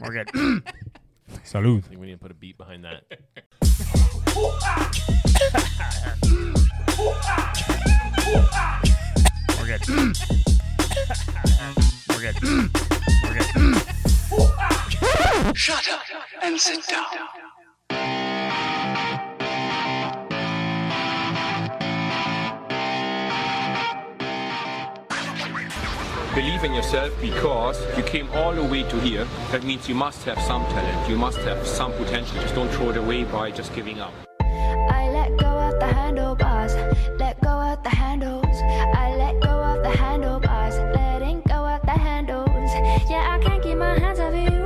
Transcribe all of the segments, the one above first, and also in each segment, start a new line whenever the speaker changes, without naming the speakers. We're good.
Salud.
I think we need to put a beat behind that.
We're good. We're good. We're good.
Shut up and sit down.
Believe in yourself because you came all the way to here. That means you must have some talent. You must have some potential. Just don't throw it away by just giving up.
I let go of the handlebars, let go of the handles. I let go of the handlebars, letting go of the handles. Yeah, I can't keep my hands off you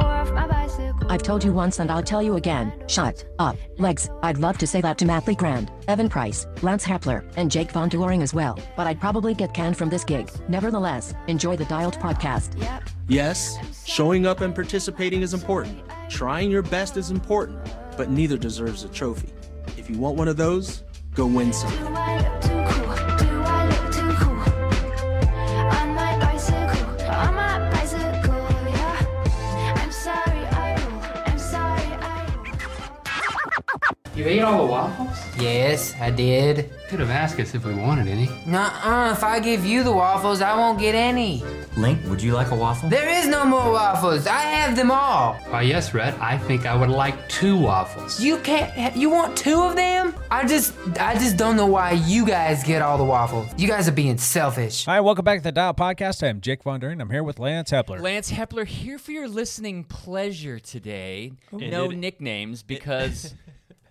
or off my bicycle.
I've told you once and I'll tell you again. Shut up, Ah, legs. I'd love to say that to Matley Grand, Evan Price, Lance Hapler, and Jake Von Touring as well, but I'd probably get canned from this gig. Nevertheless, enjoy the Dialed podcast.
Yep.
Yes, showing up and participating is important. Trying your best is important, but neither deserves a trophy. If you want one of those, go win some.
Do I look too cool? Do I look too cool? On my bicycle, on my bicycle, yeah. I'm sorry, I will. I'm sorry, I will.
You ate all the waffles?
Yes, I did.
Could have asked us if we wanted any.
Nuh-uh, if I give you the waffles, I won't get any.
Link, would you like a waffle?
There is no more waffles. I have them all.
Why, yes, Red, I think I would like two waffles.
You can't. ha- You want two of them? I just, I just don't know why you guys get all the waffles. You guys are being selfish.
Hi, welcome back to the Dial Podcast. I'm Jake Von Duren. I'm here with Lance Hepler.
Lance Hepler here for your listening pleasure today. No
it-
nicknames because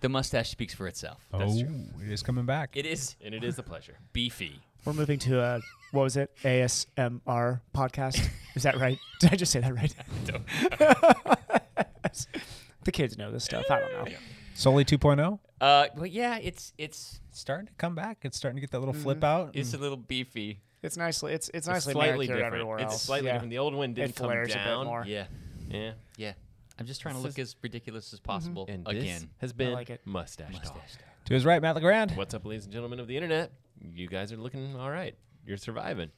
the mustache speaks for itself.
oh, it is coming back.
It is
And it is a pleasure.
beefy.
We're moving to a what was it? ASMR podcast. Is that right? Did I just say that right? the kids know this stuff. I don't know.
Soli oh? 2.0
Uh, well, yeah, it's it's
starting to come back. It's starting to get that little flip out. Mm.
it's a little beefy.
It's nicely. It's it's
It's
nicely
slightly
manicured
different.
everywhere
It's
else.
slightly
Yeah.
different. The old one didn't
It
come
flares a bit
down.
more.
Yeah. Yeah.
Yeah, I'm just trying to look as ridiculous as possible
Mhm. And this
again.
has been
like it.
mustache, talk.
To his right, Matt LeGrand.
What's up, ladies and gentlemen of the internet? You guys are looking all right. You're surviving.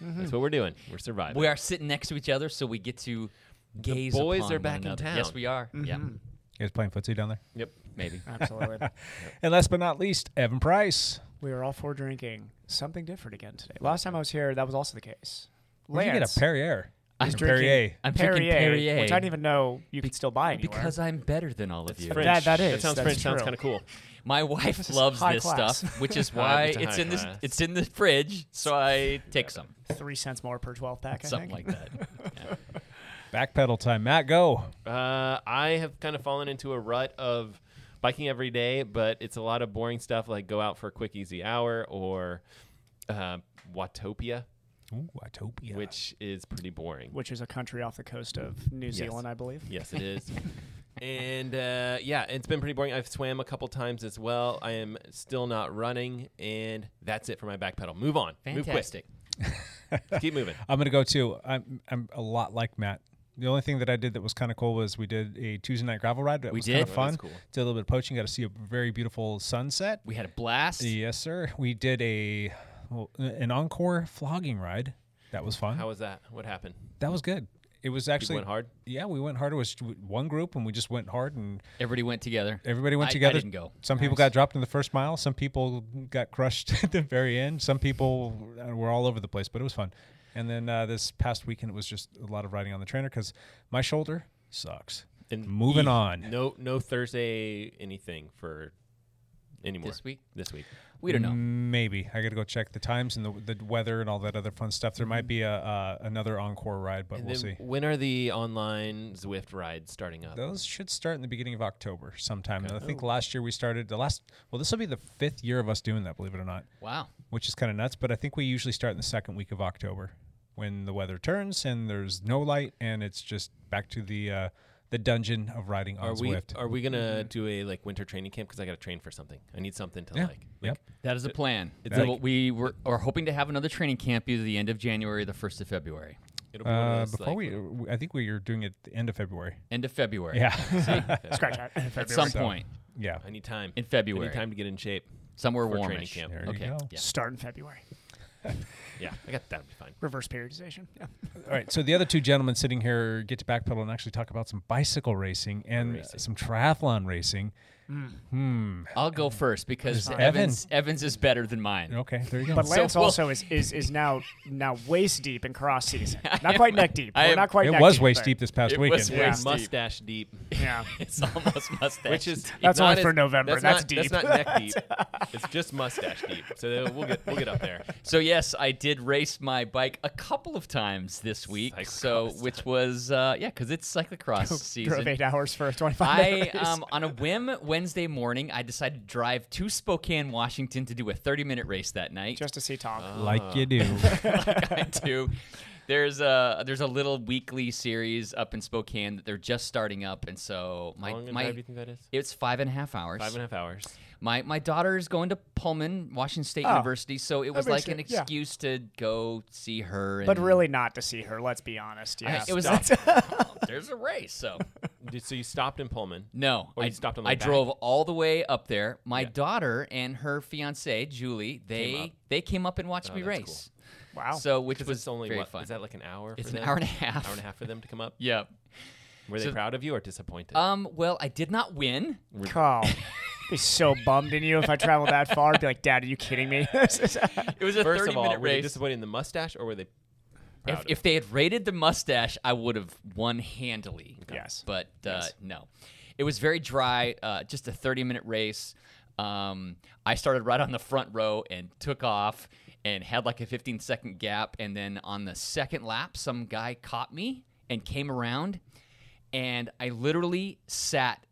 That's what we're doing. We're surviving.
We are sitting next to each other, so we get to gaze.
boys
upon
are
one
back in
another.
town. Mm-hmm.
Yes, we are. Yeah,
You guys playing footsie down there?
Yep.
maybe.
Absolutely.
And last but not least, Evan Price.
we are all for drinking something different again today. Last time I was here, that was also the case.
Where'd you get
Lance
a Perrier?
I'm
Some
drinking-
Perrier.
I'm
Perrier,
drinking Perrier,
which I didn't even know you could still buy anywhere.
because I'm better than all of you.
French.
that is-
sounds
that's
French. Sounds
true.
kind of cool.
My wife
is
loves
high
this
class.
stuff, which is
High-
why
it's a
it's
high
in this
class.
it's in the fridge. So I take some,
three cents more per twelve pack. I
something
think.
like that.
Backpedal time. Matt, go.
Uh, I have kind of fallen into a rut of biking every day, but it's a lot of boring stuff like go out for a quick, easy hour or uh, Watopia,
Ooh, Watopia.
which is pretty boring.
Which is a country off the coast of New Zealand, I believe.
Yes, it is. and uh, yeah, it's been pretty boring. I've swam a couple times as well. I am still not running, and that's it for my back pedal. Move on.
Fantastic.
Move quick. Keep moving.
I'm gonna go too. I'm I'm a lot like Matt. The only thing that I did that was kind of cool was we did a Tuesday night gravel ride. That
We
was kind
did?
of
Oh,
fun.
cool.
Did a little bit of poaching. Got to see a very beautiful sunset.
We had a blast.
yes, sir. We did a well, an encore flogging ride. That was fun.
How was that? What happened?
that was good. It was actually
went hard?
Yeah, we went hard. It was one group, and we just went hard, and
Everybody went together.
everybody went
I- I
together.
didn't go.
Some people got dropped in the first mile. Some people got crushed at the very end. Some people uh, were all over the place, but it was fun. And then uh, this past weekend, it was just a lot of riding on the trainer because my shoulder sucks.
And
Moving
Eve,
on.
No, no Thursday anything for anymore
This week?
This week.
We don't
Mm.
know.
Maybe I got to go check the times and the, the weather and all that other fun stuff.
Mm-hmm.
There might be a uh, another encore ride, but
And
Uh, we'll see.
then When are the online Zwift rides starting up?
Those should start in the beginning of October sometime. And I think last year we started the last. Well, this will be the fifth year of us doing that, believe it or not,
Wow.
which is kind of nuts. But I think we usually start in the second week of October when the weather turns and there's no light and it's just back to the uh, the dungeon of riding on
Are we
Swift.
are we
Mm-hmm.
gonna do a like winter training camp? Because I gotta train for something. I need something to
yeah.
like.
yep.
That is a plan.
It's
So
like-
we were are hoping to have another training camp either the end of January or the first of February.
It'll one of
Uh,
those,
before
like,
we, we, I think we are doing it at the end of February.
End of February.
Yeah.
Scratch that.
At some
So-
point.
yeah.
I need time
In February.
I need time to get in shape.
Somewhere
for
warmish.
training camp.
There
Okay.
you go.
Yeah.
Start in February.
yeah, I got that'll be fine.
Reverse periodization. Yeah.
All right. So the other two gentlemen sitting here get to backpedal and actually talk about some bicycle racing and uh, some triathlon racing.
Mm.
Hmm.
I'll go first because
Fine.
Evans Evans is better than mine.
Okay, there you
But
So
Lance
we'll-
also is, is is now now waist deep in cross season. Not quite neck deep.
I
We're
am-
not quite.
It
neck
was
deep,
waist
but-
deep this past
It
weekend.
was
Yeah.
waist deep.
Mustache deep.
Yeah.
it's almost mustache.
Which is
That's
not
only
as-
for November. That's
not,
deep.
That's not neck deep. it's just mustache deep. So we'll get we'll get up there.
So yes, I did race my bike a couple of times this week. So which was uh, yeah, because it's cyclocross
Drove
season.
eight hours for twenty five.
I um, on a whim Wednesday morning, I decided to drive to Spokane, Washington, to do a 30-minute race that night.
just to see Tom.
um,
Like you do.
like I do. There's a there's a little weekly series up in Spokane that they're just starting up, and so my
How long a
my
drive do you think that is?
it's five and a half hours.
Five and a half hours.
My my daughter is going to Pullman, Washington State
Oh,
University, so it
that
was
makes
like an
sense, yeah.
excuse to go see her. And
but really not to see her. Let's be honest.
I-
Yeah,
it was
stop.
oh, there's a race, so
Did, so you stopped in Pullman.
no,
Or you
I
stopped on the
I
way back?
drove all the way up there. My daughter and her fiance Julie, they
Came up.
they came up and watched
Oh,
me
that's
race.
wow.
So which
'Cause
was
it's only
very
what,
fun.
Is that like an hour? For
It's an
them?
hour and a half.
Hour and a half for them to come up.
Yep.
Were they
So-
proud of you or disappointed?
Um. Well, I did not win.
Carl, be so bummed in you if I traveled that far. I'd be like, Dad, are you kidding me? This is-
It was a
First
30
of all,
minute
were they
race.
disappointed in the mustache or were they? proud
If,
of
if they had rated the mustache, I would have won handily.
Yes.
But uh, no, it was very dry. Uh, just a 30 minute race. Um, I started right on the front row and took off and had like a 15 second gap. And then on the second lap, some guy caught me and came around. And I literally sat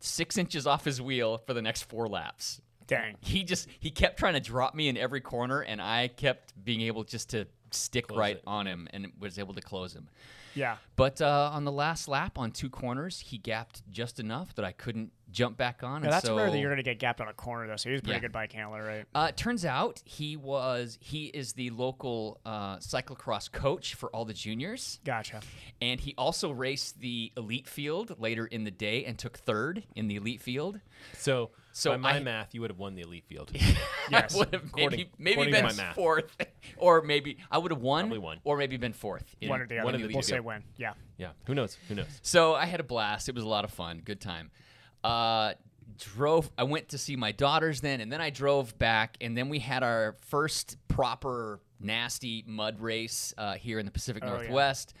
six inches off his wheel for the next four laps.
Dang.
he just he kept trying to drop me in every corner and i kept being able just to stick right on him and was able to close him
Yeah.
but uh, on the last lap on two corners he gapped just enough that i couldn't jump back on
Yeah,
and
that's
so
rare that you're going to get gapped on a corner, though. So he was a pretty
Yeah.
good bike handler, right?
uh, it turns out he was he is the local uh, cyclocross coach for all the juniors
Gotcha.
and he also raced the elite field later in the day and took third in the elite field
you? So,
So
by my
I-
math, you would have won the elite field.
Yes.
I would have
According-
maybe, maybe
according to my
been
math.
fourth, or maybe I would have won,
Probably won.
or maybe been fourth. in
one or the other.
one of the
we'll
two.
say when. Yeah.
yeah. Who knows? Who knows?
So I had a blast. It was a lot of fun. Good time. Uh, drove. I went to see my daughters then, and then I drove back, and then we had our first proper nasty mud race uh, here in the Pacific
yeah.
Northwest.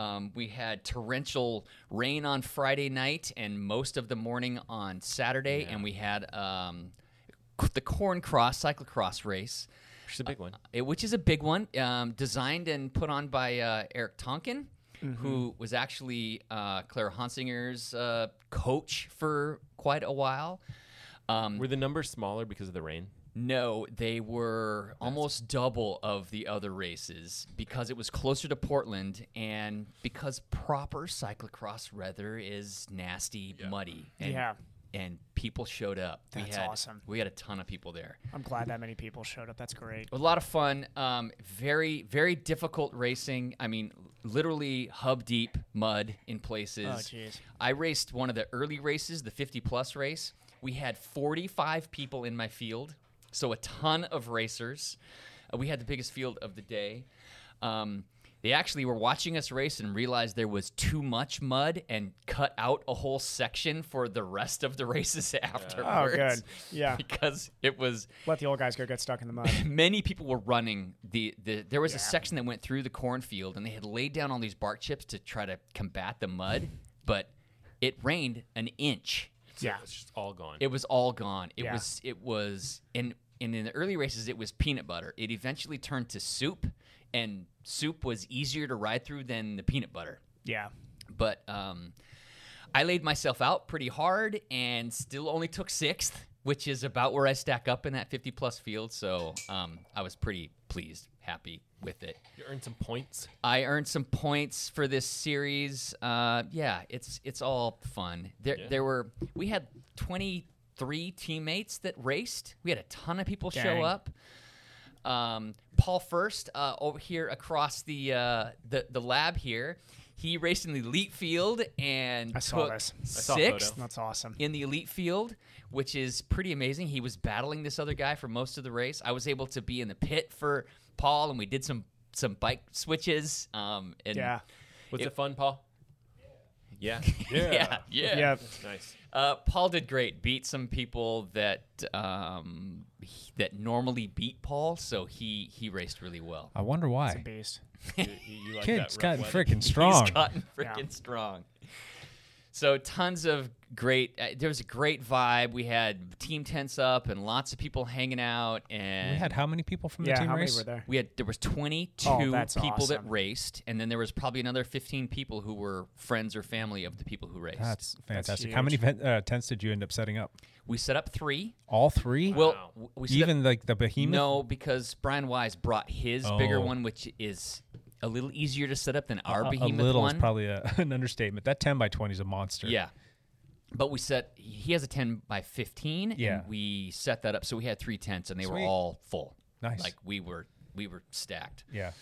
Um, we had torrential rain on Friday night and most of the morning on Saturday, and we had um, c- the Corn Cross cyclocross race.
It's a big one.
it- which is a big one, um, designed and put on by uh, Eric Tonkin,
Mm-hmm.
who was actually uh, Claire Hansinger's uh, coach for quite a while. Um,
Were the numbers smaller because of the rain?
no, they were almost double of the other races because it was closer to Portland and because proper cyclocross weather is nasty, muddy, and,
Yeah.
and people showed up. we
That's
had,
awesome.
We had a ton of people there.
I'm glad that many people showed up. That's great.
A lot of fun. Um, very, very difficult racing. I mean, literally hub deep mud in places.
Oh, jeez.
I raced one of the early races, the 50 plus race. We had 45 people in my field, so a ton of racers. Uh, we had the biggest field of the day. Um, they actually were watching us race and realized there was too much mud and cut out a whole section for the rest of the races afterwards.
Oh, good. Yeah.
Because it was
Let the old guys go get stuck in the mud.
many people were running the, the there was
Yeah.
a section that went through the cornfield and they had laid down all these bark chips to try to combat the mud but it rained an inch
yeah.
It's just all gone.
it was all gone it
Yeah.
was it was and and in the early races it was peanut butter it eventually turned to soup and soup was easier to ride through than the peanut butter
Yeah.
but um, I laid myself out pretty hard and still only took sixth, which is about where I stack up in that 50 plus field. So um, I was pretty pleased, happy with it.
you earned some points.
I earned some points for this series. Uh, yeah, it's it's all fun. There there were we had 23 teammates that raced. We had a ton of people
Dang.
show up. Um, Paul First uh, over here across the uh, the the lab here. He raced in the elite field and
I saw
took
this. I
saw photo.
sixth
That's awesome.
in the elite field, which is pretty amazing. He was battling this other guy for most of the race. I was able to be in the pit for Paul, and we did some some bike switches. Um, and
Yeah. Was it fun, Paul? Yeah.
yeah, yeah,
Yep. Nice.
Uh, Paul did great. Beat some people that um, he- that normally beat Paul, so he he raced really well.
I wonder why.
You,
you like Kid's that rough gotten weather. frickin' strong.
He's gotten freaking strong. So tons of great. Uh, there was a great vibe. We had team tents up and lots of people hanging out. And
We had how many people from the team race?
We had there was 22
Oh, that's
people that
awesome.
raced, and then there was probably another 15 people who were friends or family of the people who raced.
That's fantastic. How many ven- uh, tents did you end up setting up?
We set up three.
All three?
Well, w- we set
even like the behemoth.
No, because Brian Wise brought his bigger
Oh.
one, which is a little easier to set up than our
a, a
behemoth
little
one.
is probably a, an understatement. That ten by twenty is a monster.
Yeah. But we set he has a ten by fifteen,
Yeah.
and we set that up so we had three tents, and they
Sweet.
were all full.
Nice.
like we were we were stacked.
Yeah.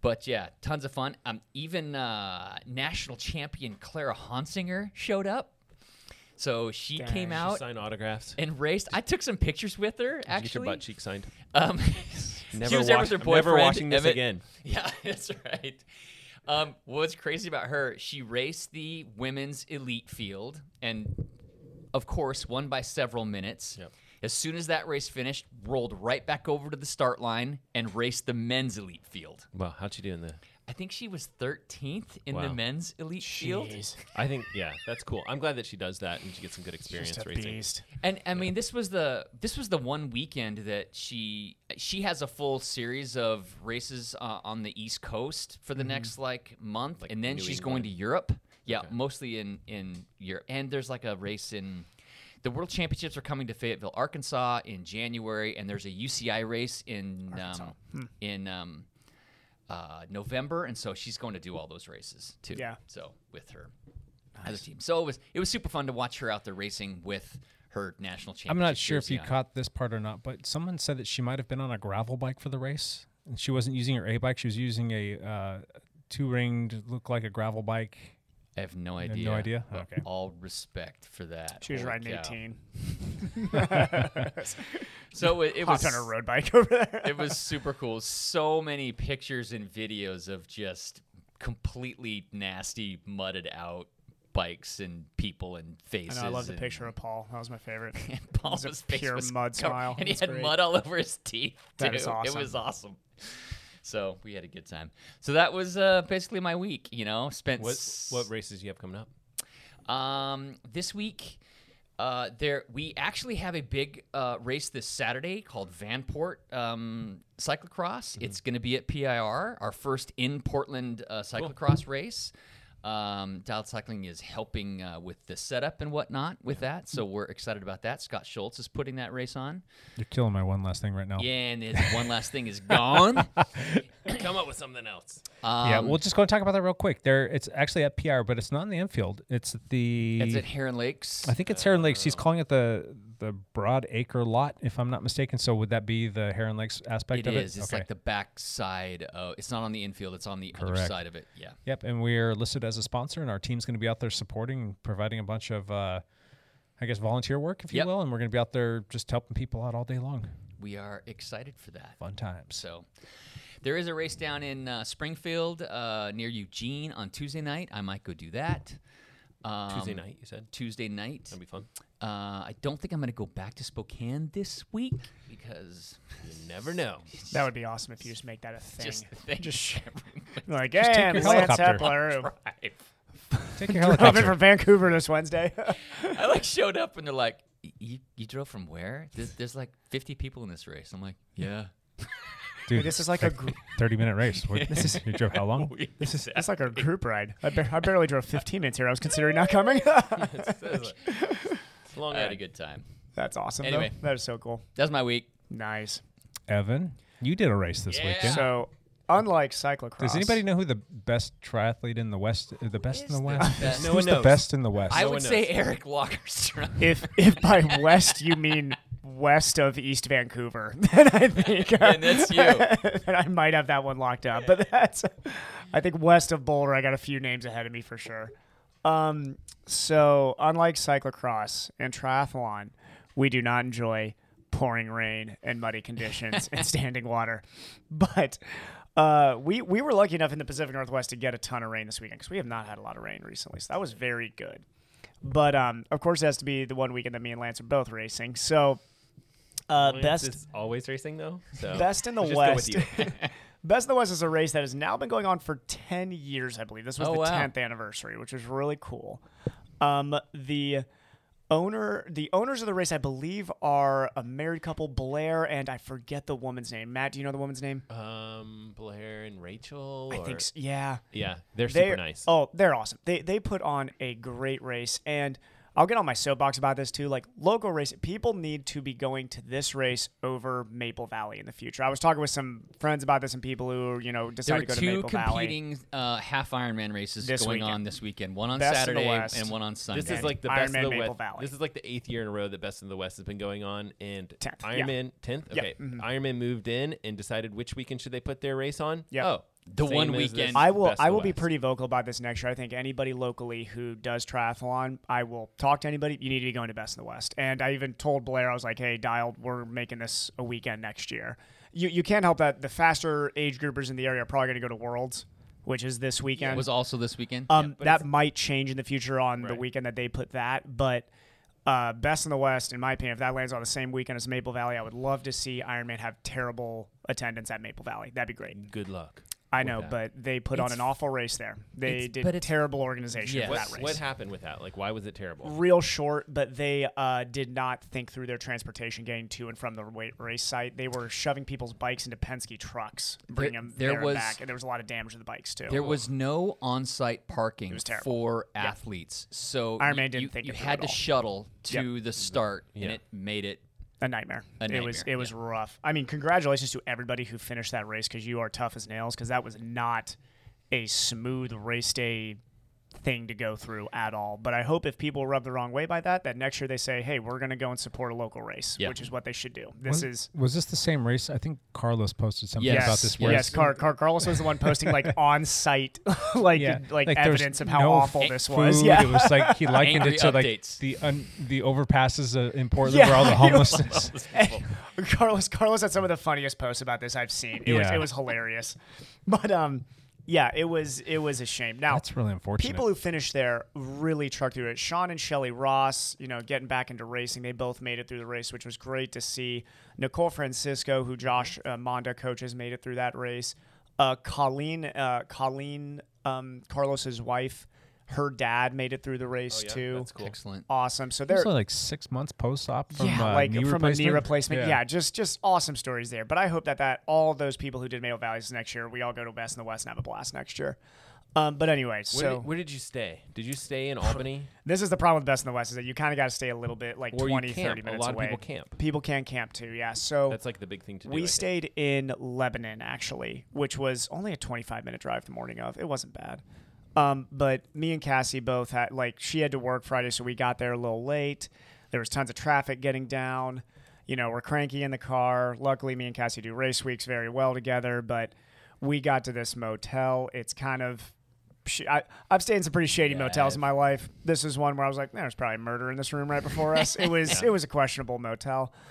But yeah, tons of fun. Um, even uh, national champion Clara Honsinger showed up. So she
Dang.
came
She
out,
signed autographs,
and raced. I took some pictures with her.
Did you get
actually,
your butt cheek signed?
Um, she
Never
was there with
watch-
her
I'm never
boyfriend.
watching this
Emmett.
again.
Yeah, that's right. Um, what's crazy about her? She raced the women's elite field, and of course, won by several minutes. As soon as that race finished, rolled right back over to the start line and raced the men's elite field.
Wow, how'd she do in the?
I think she was 13th in the
Wow.
men's elite field.
I think yeah, that's cool. I'm glad that she does that and she gets some good experience
a
racing.
beast. And I mean, this was the this was the one weekend that she she has a full series of races uh, on the East Coast for the
Mhm.
next like month, and then
New
she's going
England.
to Europe. Yeah, mostly in in Europe. And there's like a race in the World Championships are coming to Fayetteville, Arkansas in January, and there's a UCI race in um, in um, uh, November, and so she's going to do all those races too.
Yeah.
So with her other team, so it was it was super fun to watch her out there racing with her national championship.
I'm not sure if
jersey
you
on.
caught this part or not, but someone said that she might have been on a gravel bike for the race. And she wasn't using her A bike; she was using a uh, two ringed, look like a gravel bike.
I have no
You
idea.
have no idea?
but
Okay.
All respect for that.
She was
Holy
riding
cow.
18.
so it, it was
Hopped on her road bike over there.
it was super cool. So many pictures and videos of just completely nasty, mudded out bikes and people and
I
faces.
know. I love the
and-
picture of Paul. That was my favorite.
Paul's
It was a
face
pure
was
mud
covered-
smile.
and he
That's
had
great.
mud all over his teeth.
That is
too.
awesome.
It was awesome. So we had a good time. So that was uh, basically my week. You know, spent
What
s-
what races you have coming up?
um, this week, uh, there we actually have a big uh, race this Saturday called Vanport um, Cyclocross. It's going to be at PIR, our first in Portland uh, cyclocross race. Um, Dialed Cycling is helping uh, with the setup and whatnot with that, so we're excited about that. Scott Schultz is putting that race on.
You're killing my one last thing right now.
Yeah, and his one last thing is gone.
Come up with something else.
yeah,
Um,
we'll just go and talk about that real quick. There, it's actually at PR, but it's not in the Enfield. It's at the.
It's at uh, Heron Lakes.
I think it's Heron Lakes. He's calling it the the Broad Acre lot, if I'm not mistaken. So would that be the Heron Lakes aspect
It
of
is.
it?
It's like the back side. Of, it's not on the infield. It's on the other
Correct.
side of it. Yeah.
Yep, and we're listed as a sponsor, and our team's going to be out there supporting and providing a bunch of, uh, I guess, volunteer work, if you
Yep.
will, and we're going to be out there just helping people out all day long.
we are excited for that.
Fun times.
So, there is a race down in uh, Springfield uh, near Eugene on Tuesday night. I might go do that. Um,
Tuesday night, you said?
Tuesday night. That'll
be fun.
Uh, I don't think I'm going to go back to Spokane this week because
you never know.
That would be awesome if you just make that a thing.
Just a thing.
Just sh- like,
Just
take
and
your
Lance
helicopter.
Epler.
Take your
Driving
helicopter.
from Vancouver this Wednesday.
I like showed up and they're like, "Y- "You you drove from where? There's, there's like 50 people in this race." I'm like, "Yeah."
Dude,
this is like a gr-
30 minute race. What,
This is-
you drove how long?
This is it's like a group ride. I, bar- I barely drove 15 minutes here. I was considering not coming.
long
I had a
ride.
good time.
That's awesome. though.
Anyway.
that is so cool.
That's my week.
Nice.
Evan, you did a race this weekend.
So, unlike cyclocross,
Does anybody know who the best triathlete in the West, uh, the best in the West?
best? No one
Who's the
knows.
best in the West?
I would say Eric Walkerstrom.
if if by west you mean west of East Vancouver, then I think uh,
And that's you.
then I might have that one locked up. But that's I think west of Boulder, I got a few names ahead of me for sure. Um, so unlike cyclocross and triathlon, we do not enjoy pouring rain and muddy conditions and standing water. But uh, we we were lucky enough in the Pacific Northwest to get a ton of rain this weekend because we have not had a lot of rain recently. So that was very good. But um, of course, it has to be the one weekend that me and Lance are both racing. So uh,
Lance
best
is always racing though. So
Best in the
just go with
West.
you.
Best in the West is a race that has now been going on for 10 years, I believe. This was
Oh,
the
wow.
10th anniversary, which was really cool. Um, the owner, the owners of the race, I believe, are a married couple, Blair and I forget the woman's name. Matt, do you know the woman's name?
Oh,
um, Blair and Rachel.
I think
or-
s- yeah.
Yeah, they're super nice.
Oh, they're awesome. They they put on a great race and I'll get on my soapbox about this too. Like local race, people need to be going to this race over Maple Valley in the future. I was talking with some friends about this and people who you know
There
decided
were
to go to
two
Maple Valley.
competing uh, half Ironman races
This
going
weekend.
on this weekend. One on
Best in the
Saturday
West.
and one on Sunday.
This is like the
Ironman
best of the
Maple
West.
Valley.
This is like the eighth year in a row that Best in the West has been going on, and
Tenth, yeah.
Ironman tenth.
Yeah,
Okay,
mhm.
Ironman moved in and decided which weekend should they put their race on.
Yep.
Oh, same as this
I will.
Best of
I
the
will be
West.
pretty vocal about this next year. I think anybody locally who does triathlon, I will talk to anybody. You need to be going to Best in the West. And I even told Blair, I was like, "Hey, dialed. We're making this a weekend next year. You you can't help that the faster age groupers in the area are probably going to go to Worlds, which is this weekend.
was also this weekend.
Um, that might change in the future on the weekend that they put that, but uh, best in the West, in my opinion, if that lands on the same weekend as Maple Valley, I would love to see Ironman have terrible attendance at Maple Valley. That'd be great.
Good luck.
I
with
know,
that.
but they put on
It's-
an awful race there. They
it's-
did
but it's-
terrible organization
Yes.
for
What,
that race.
what happened with that? Like, why was it terrible?
Real short, but they uh, did not think through their transportation getting to and from the wa- race site. They were shoving people's bikes into Penske trucks, bringing them
there
there, and
was-
back, and there was a lot of damage to the bikes too.
There was no on-site parking
terrible.
for
Yeah.
athletes, so
Ironman
you,
didn't
you-
think
you
it through
had
at
to
all.
shuttle to the start,
Yeah.
and it made it
a nightmare.
A
it was
nightmare,
it was rough. I mean, congratulations to everybody who finished that race because you are tough as nails because that was not a smooth race day thing to go through at all. But I hope if people rub the wrong way by that, that next year they say, "Hey, we're going to go and support a local race,"
Yeah.
which is what they should do. This
Wa-
is
was this the same race? I think Carlos posted something about this race.
Yes, Car- Car- Carlos was the one posting like on site, like
Yeah.
like,
there was
evidence of how
no
awful
f-
this was.
food.
Yeah,
it was like he likened
Angry
it to like
updates.
the un- the overpasses uh, in Portland
Yeah,
where all the
it was-
homelessness.
Carlos Carlos had some of the funniest posts about this I've seen. It was
Yeah.
it was hilarious. But um yeah, it was it was a shame. Now
That's really unfortunate.
People who finished there really trucked through it. Sean and Shelly Ross, you know, getting back into racing, they both made it through the race, which was great to see. Nicole Francisco, who Josh uh, Monda coaches, made it through that race. Uh, Colleen, uh, Colleen, um, Carlos's wife, her dad made it through the race
Oh, yeah?
too.
That's cool. Excellent.
awesome. So
It was
they're
only like six months post op from
yeah,
uh,
like
knee
from
replacement?
a knee replacement. Yeah. just just awesome stories there. But I hope that that all those people who did Maple Valleys next year, we all go to Best in the West and have a blast next year. Um, but anyway,
Where,
so
did, where did you stay? Did you stay in Albany?
this is the problem with Best in the West is that you kind of got to stay a little bit, like
Or you
twenty, thirty 20, 30
camp. A
minutes
lot of
away.
people camp.
People can camp too, yeah. So
That's like the big thing to do, I
We
think.
stayed in Lebanon actually, which was only a 25 minute drive the morning of. It wasn't bad. Um, but me and Cassie both had like she had to work Friday, so we got there a little late. There was tons of traffic getting down. You know, we're cranky in the car. Luckily, me and Cassie do race weeks very well together. But we got to this motel. It's kind of sh- I, I've stayed in some pretty shady motels in my life. This is one where I was like, there's probably murder in this room right before us. It was
Yeah.
it was a questionable motel.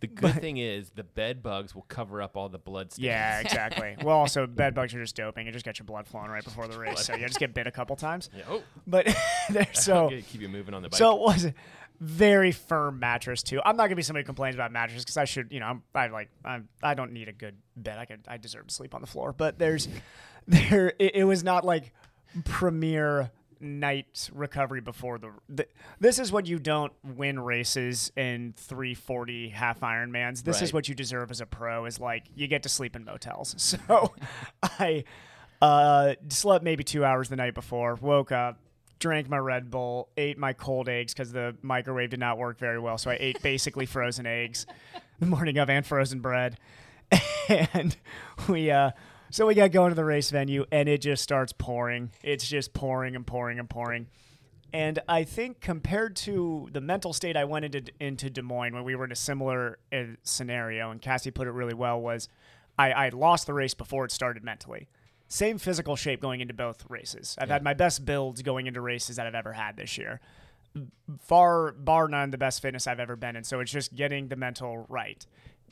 The good thing is the bed bugs will cover up all the blood stains.
Yeah, exactly. well, also bed bugs are just doping. It just gets your blood flowing right before the race, so you just get bit a couple times.
Yeah, oh.
But there- so
Okay, keep you moving on the bike.
Oh. So it was a very firm mattress too. I'm not gonna be somebody who complains about mattresses because I should, you know, I'm I like I'm I don't need a good bed. I could I deserve to sleep on the floor. But there's there it, it was not like premier night recovery before the, the this is what you don't win races in 340 half ironmans this is
Right.
what you deserve as a pro is like you get to sleep in motels so i uh slept maybe two hours the night before woke up drank my red bull ate my cold eggs because the microwave did not work very well so i ate basically frozen eggs the morning of and frozen bread and we uh so we got going to the race venue and it just starts pouring it's just pouring and pouring and pouring and I think compared to the mental state I went into into Des Moines when we were in a similar uh, scenario, and Cassie put it really well, was I, I had lost the race before it started mentally. Same physical shape going into both races. I've had my best builds going into races that I've ever had this year. far bar none the best fitness I've ever been in. So it's just getting the mental right.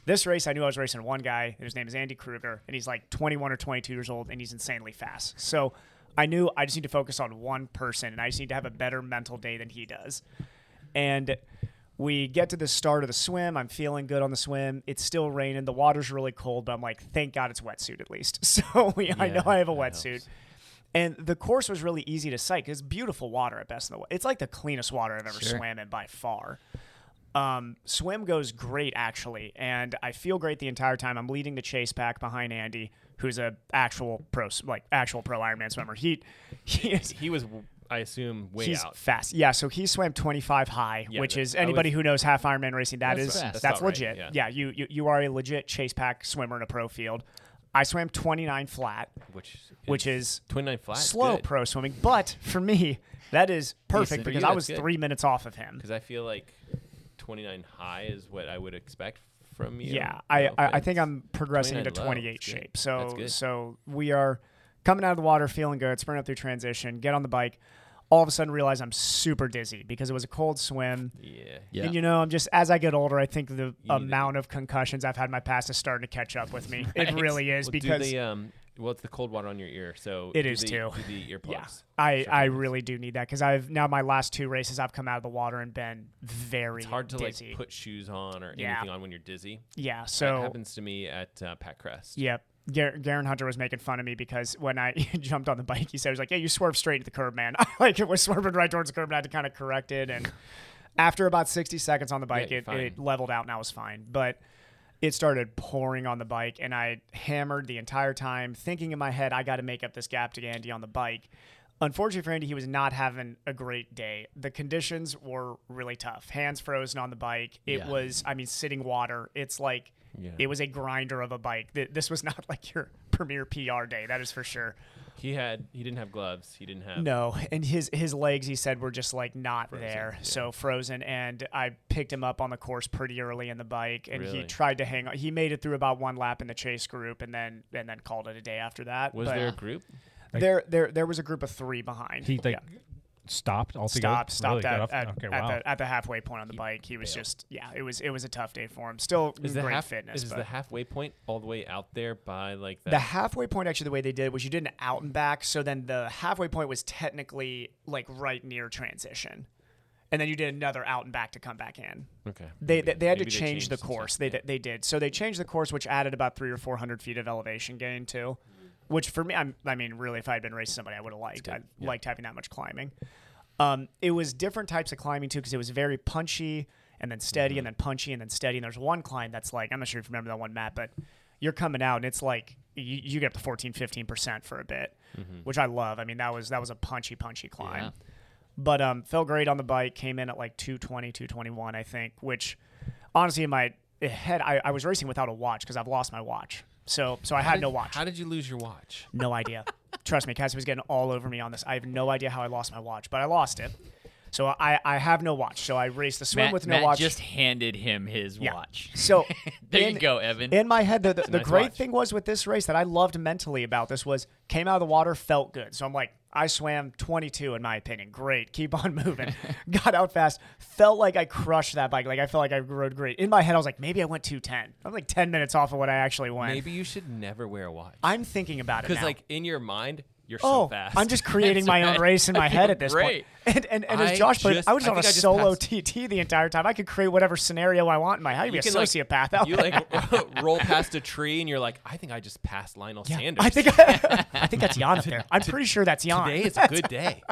This race, I knew I was racing one guy, and his name is Andy Kruger, and he's like 21 or 22 years old, and he's insanely fast. So I knew I just need to focus on one person, and I just need to have a better mental day than he does. And we get to the start of the swim. I'm feeling good on the swim. It's still raining. The water's really cold, but I'm like, thank God it's wetsuit at least. So we, I know I have a wetsuit. And the course was really easy to sight. It's beautiful water at best in the way. It's like the cleanest water I've ever
Sure.
swam in by far. Um, swim goes great actually, and I feel great the entire time. I'm leading the chase pack behind Andy, who's a actual pro, like actual pro Ironman swimmer. He he is
He was, I assume, way
he's
out.
fast. Yeah, so he swam 25 high,
Yeah,
which
that-
is
I
anybody
was-
who knows half Ironman racing. That
That's
is
fast.
that's,
That's about
legit.
right, yeah.
yeah, you, you you are a legit chase pack swimmer in a pro field. I swam 29 flat,
Which is,
which is
29 flat is
slow
good.
pro swimming. But for me, that is perfect
for
because
you,
I
that's
was
good.
three minutes off of him.
Because I feel like 29 high is what I would expect from you.
Yeah, I,
No
I, I
offense.
think I'm progressing
29
into
low.
28
That's good.
shape.
That's
So
good.
so we are coming out of the water, feeling good, sprint up through transition, get on the bike. All of a sudden, realize I'm super dizzy because it was a cold swim.
Yeah.
Yeah.
And you know, I'm just as I get older, I think the amount of concussions I've had in my past is starting to catch up with me. It
Right.
really is
Well,
because
do the, um, well, it's the cold water on your ear, so
It
do
is
the,
too.
do the earplugs.
Yeah, I, I really do need that because I've now my last two races I've come out of the water and been very
It's hard to
dizzy.
like put shoes on or
Yeah.
anything on when you're dizzy.
Yeah, so-
that happens to me at uh, Pat Crest.
Yep. Gar- Garen Hunter was making fun of me because when I jumped on the bike, he said, he was like, yeah, you swerved straight to the curb, man. I like it was swerving right towards the curb and I had to kind of correct it. And after about 60 seconds on the bike,
you're
it, it leveled out and I was fine. But it started pouring on the bike and I hammered the entire time thinking in my head, I got to make up this gap to Andy on the bike. Unfortunately for Andy, he was not having a great day. The conditions were really tough. Hands frozen on the bike. It
Yeah.
was, I mean, sitting water. It's like,
Yeah.
it was a grinder of a bike. Th- This was not like your premier PR day, that is for sure.
He had he didn't have gloves. He didn't have
No, and his his legs, he said, were just like not there, so frozen. And I picked him up on the course pretty early in the bike, and he
Really?
tried to hang on. He made it through about one lap in the chase group, and then and then called it a day after that.
Was
But
there a group?
There there there was a group of three behind.
He like
Yeah.
stopped altogether.
Stopped, stopped
Really? Got
at,
off-
at,
okay,
at
wow.
the, at the halfway point on the bike. He was just, yeah, it was it was a tough day for him. Still
Is the
great
half
fitness.
Is
but.
the halfway point all the way out there by like that?
The halfway point, actually, the way they did it was you did an out and back. So then the halfway point was technically like right near transition. And then you did another out and back to come back in.
Okay.
They,
Maybe-
they, they had to
maybe they
change
changed
the
some
course.
stuff,
They, they did. So they changed the course, which added about three or 400 feet of elevation gain, too.
Mm-hmm.
Which for me, I'm, I mean, really, if I had been racing somebody, I would have liked. I liked having that much climbing. Um, it was different types of climbing, too, because it was very punchy and then steady
Mm-hmm.
and then punchy and then steady. And there's one climb that's like, I'm not sure if you remember that one, Matt, but you're coming out and it's like you, you get up to 14 15% for a bit
Mm-hmm.
which i love i mean that was that was a punchy punchy climb
Yeah.
but um felt great on the bike came in at like 220 221 i think which honestly in my head i, I was racing without a watch because i've lost my watch so so i had no watch
How did you lose your watch?
no idea. Trust me, Cassie was getting all over me on this. I have no idea how I lost my watch, but I lost it. So I, I have no watch. So I raced the swim
Matt,
with no
Matt
watch.
just handed him his
Yeah.
watch.
So
there
in-
you go, Evan.
In my head, the, the, the
nice
great
watch.
thing was with this race that I loved mentally about this was came out of the water, felt good. So I'm like, I swam 22 in my opinion. Great, keep on moving. Got out fast, felt like I crushed that bike. Like I felt like I rode great. In my head, I was like, maybe I went 210. I'm like 10 minutes off of what I actually went.
Maybe you should never wear a watch
I'm thinking about it
because
now.
like in your mind you're
Oh,
so fast.
I'm just creating my
That's
own
right.
race in
I
my
feel
head at this point.
great.
And and, and as
I
Josh put it,
just-
I was
I
on a
think I just
solo
passed-
TT the entire time. I could create whatever scenario I want in my head. You'd be a
can, like-
sociopath. out
you
there.
like roll past a tree and you're like, I think I just passed Lionel Sanders.
I think I, think that's Jan up there. I'm pretty sure that's Jan.
today is a good day.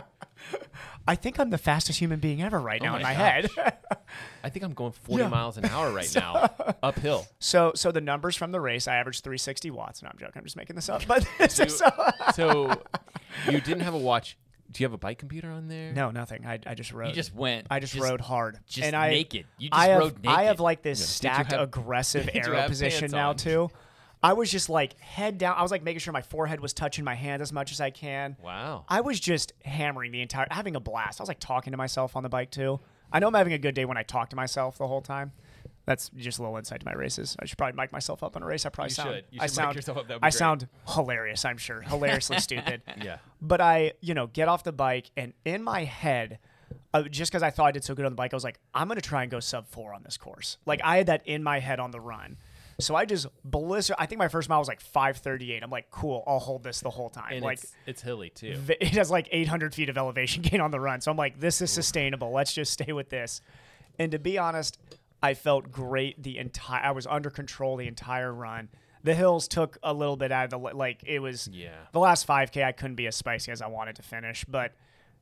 I think I'm the fastest human being ever right now
Oh
in my
my
head.
I think I'm going 40
Yeah.
miles an hour right now uphill.
so so the numbers from the race, I averaged 360 watts. No, I'm joking. I'm just making this up. But this is so,
So you didn't have a watch. Do you have a bike computer on there?
no, nothing. I, I just rode.
just went-
I just,
just-
rode hard.
just
and I,
naked. You
I
just
have,
rode
I
naked.
have like this stacked
have-
aggressive
Did you
arrow
have
position
pants
now
on?
too. I was just like head down. I was like making sure my forehead was touching my hand as much as I can.
Wow.
I was just hammering the entire, having a blast. I was like talking to myself on the bike too. I know I'm having a good day when I talk to myself the whole time. That's just a little insight to my races. I should probably mic myself up on a race. I probably
You
sound,
should. You
I
should mic
sound,
yourself up. That would be
I
great.
sound hilarious. I'm sure hilariously stupid.
Yeah.
But I, you know, get off the bike and in my head, uh, just because I thought I did so good on the bike, I was like, I'm going to try and go sub four on this course. Like I had that in my head on the run. So I just blister. I think my first mile was like 538. I'm like, cool, I'll hold this the whole time.
And
like,
it's, it's hilly too.
th- it has like 800 feet of elevation gain on the run. So I'm like, this is sustainable. Let's just stay with this. And to be honest, I felt great the entire. I was under control the entire run. The hills took a little bit out of the li- like. It was
Yeah.
the last 5K. I couldn't be as spicy as I wanted to finish, but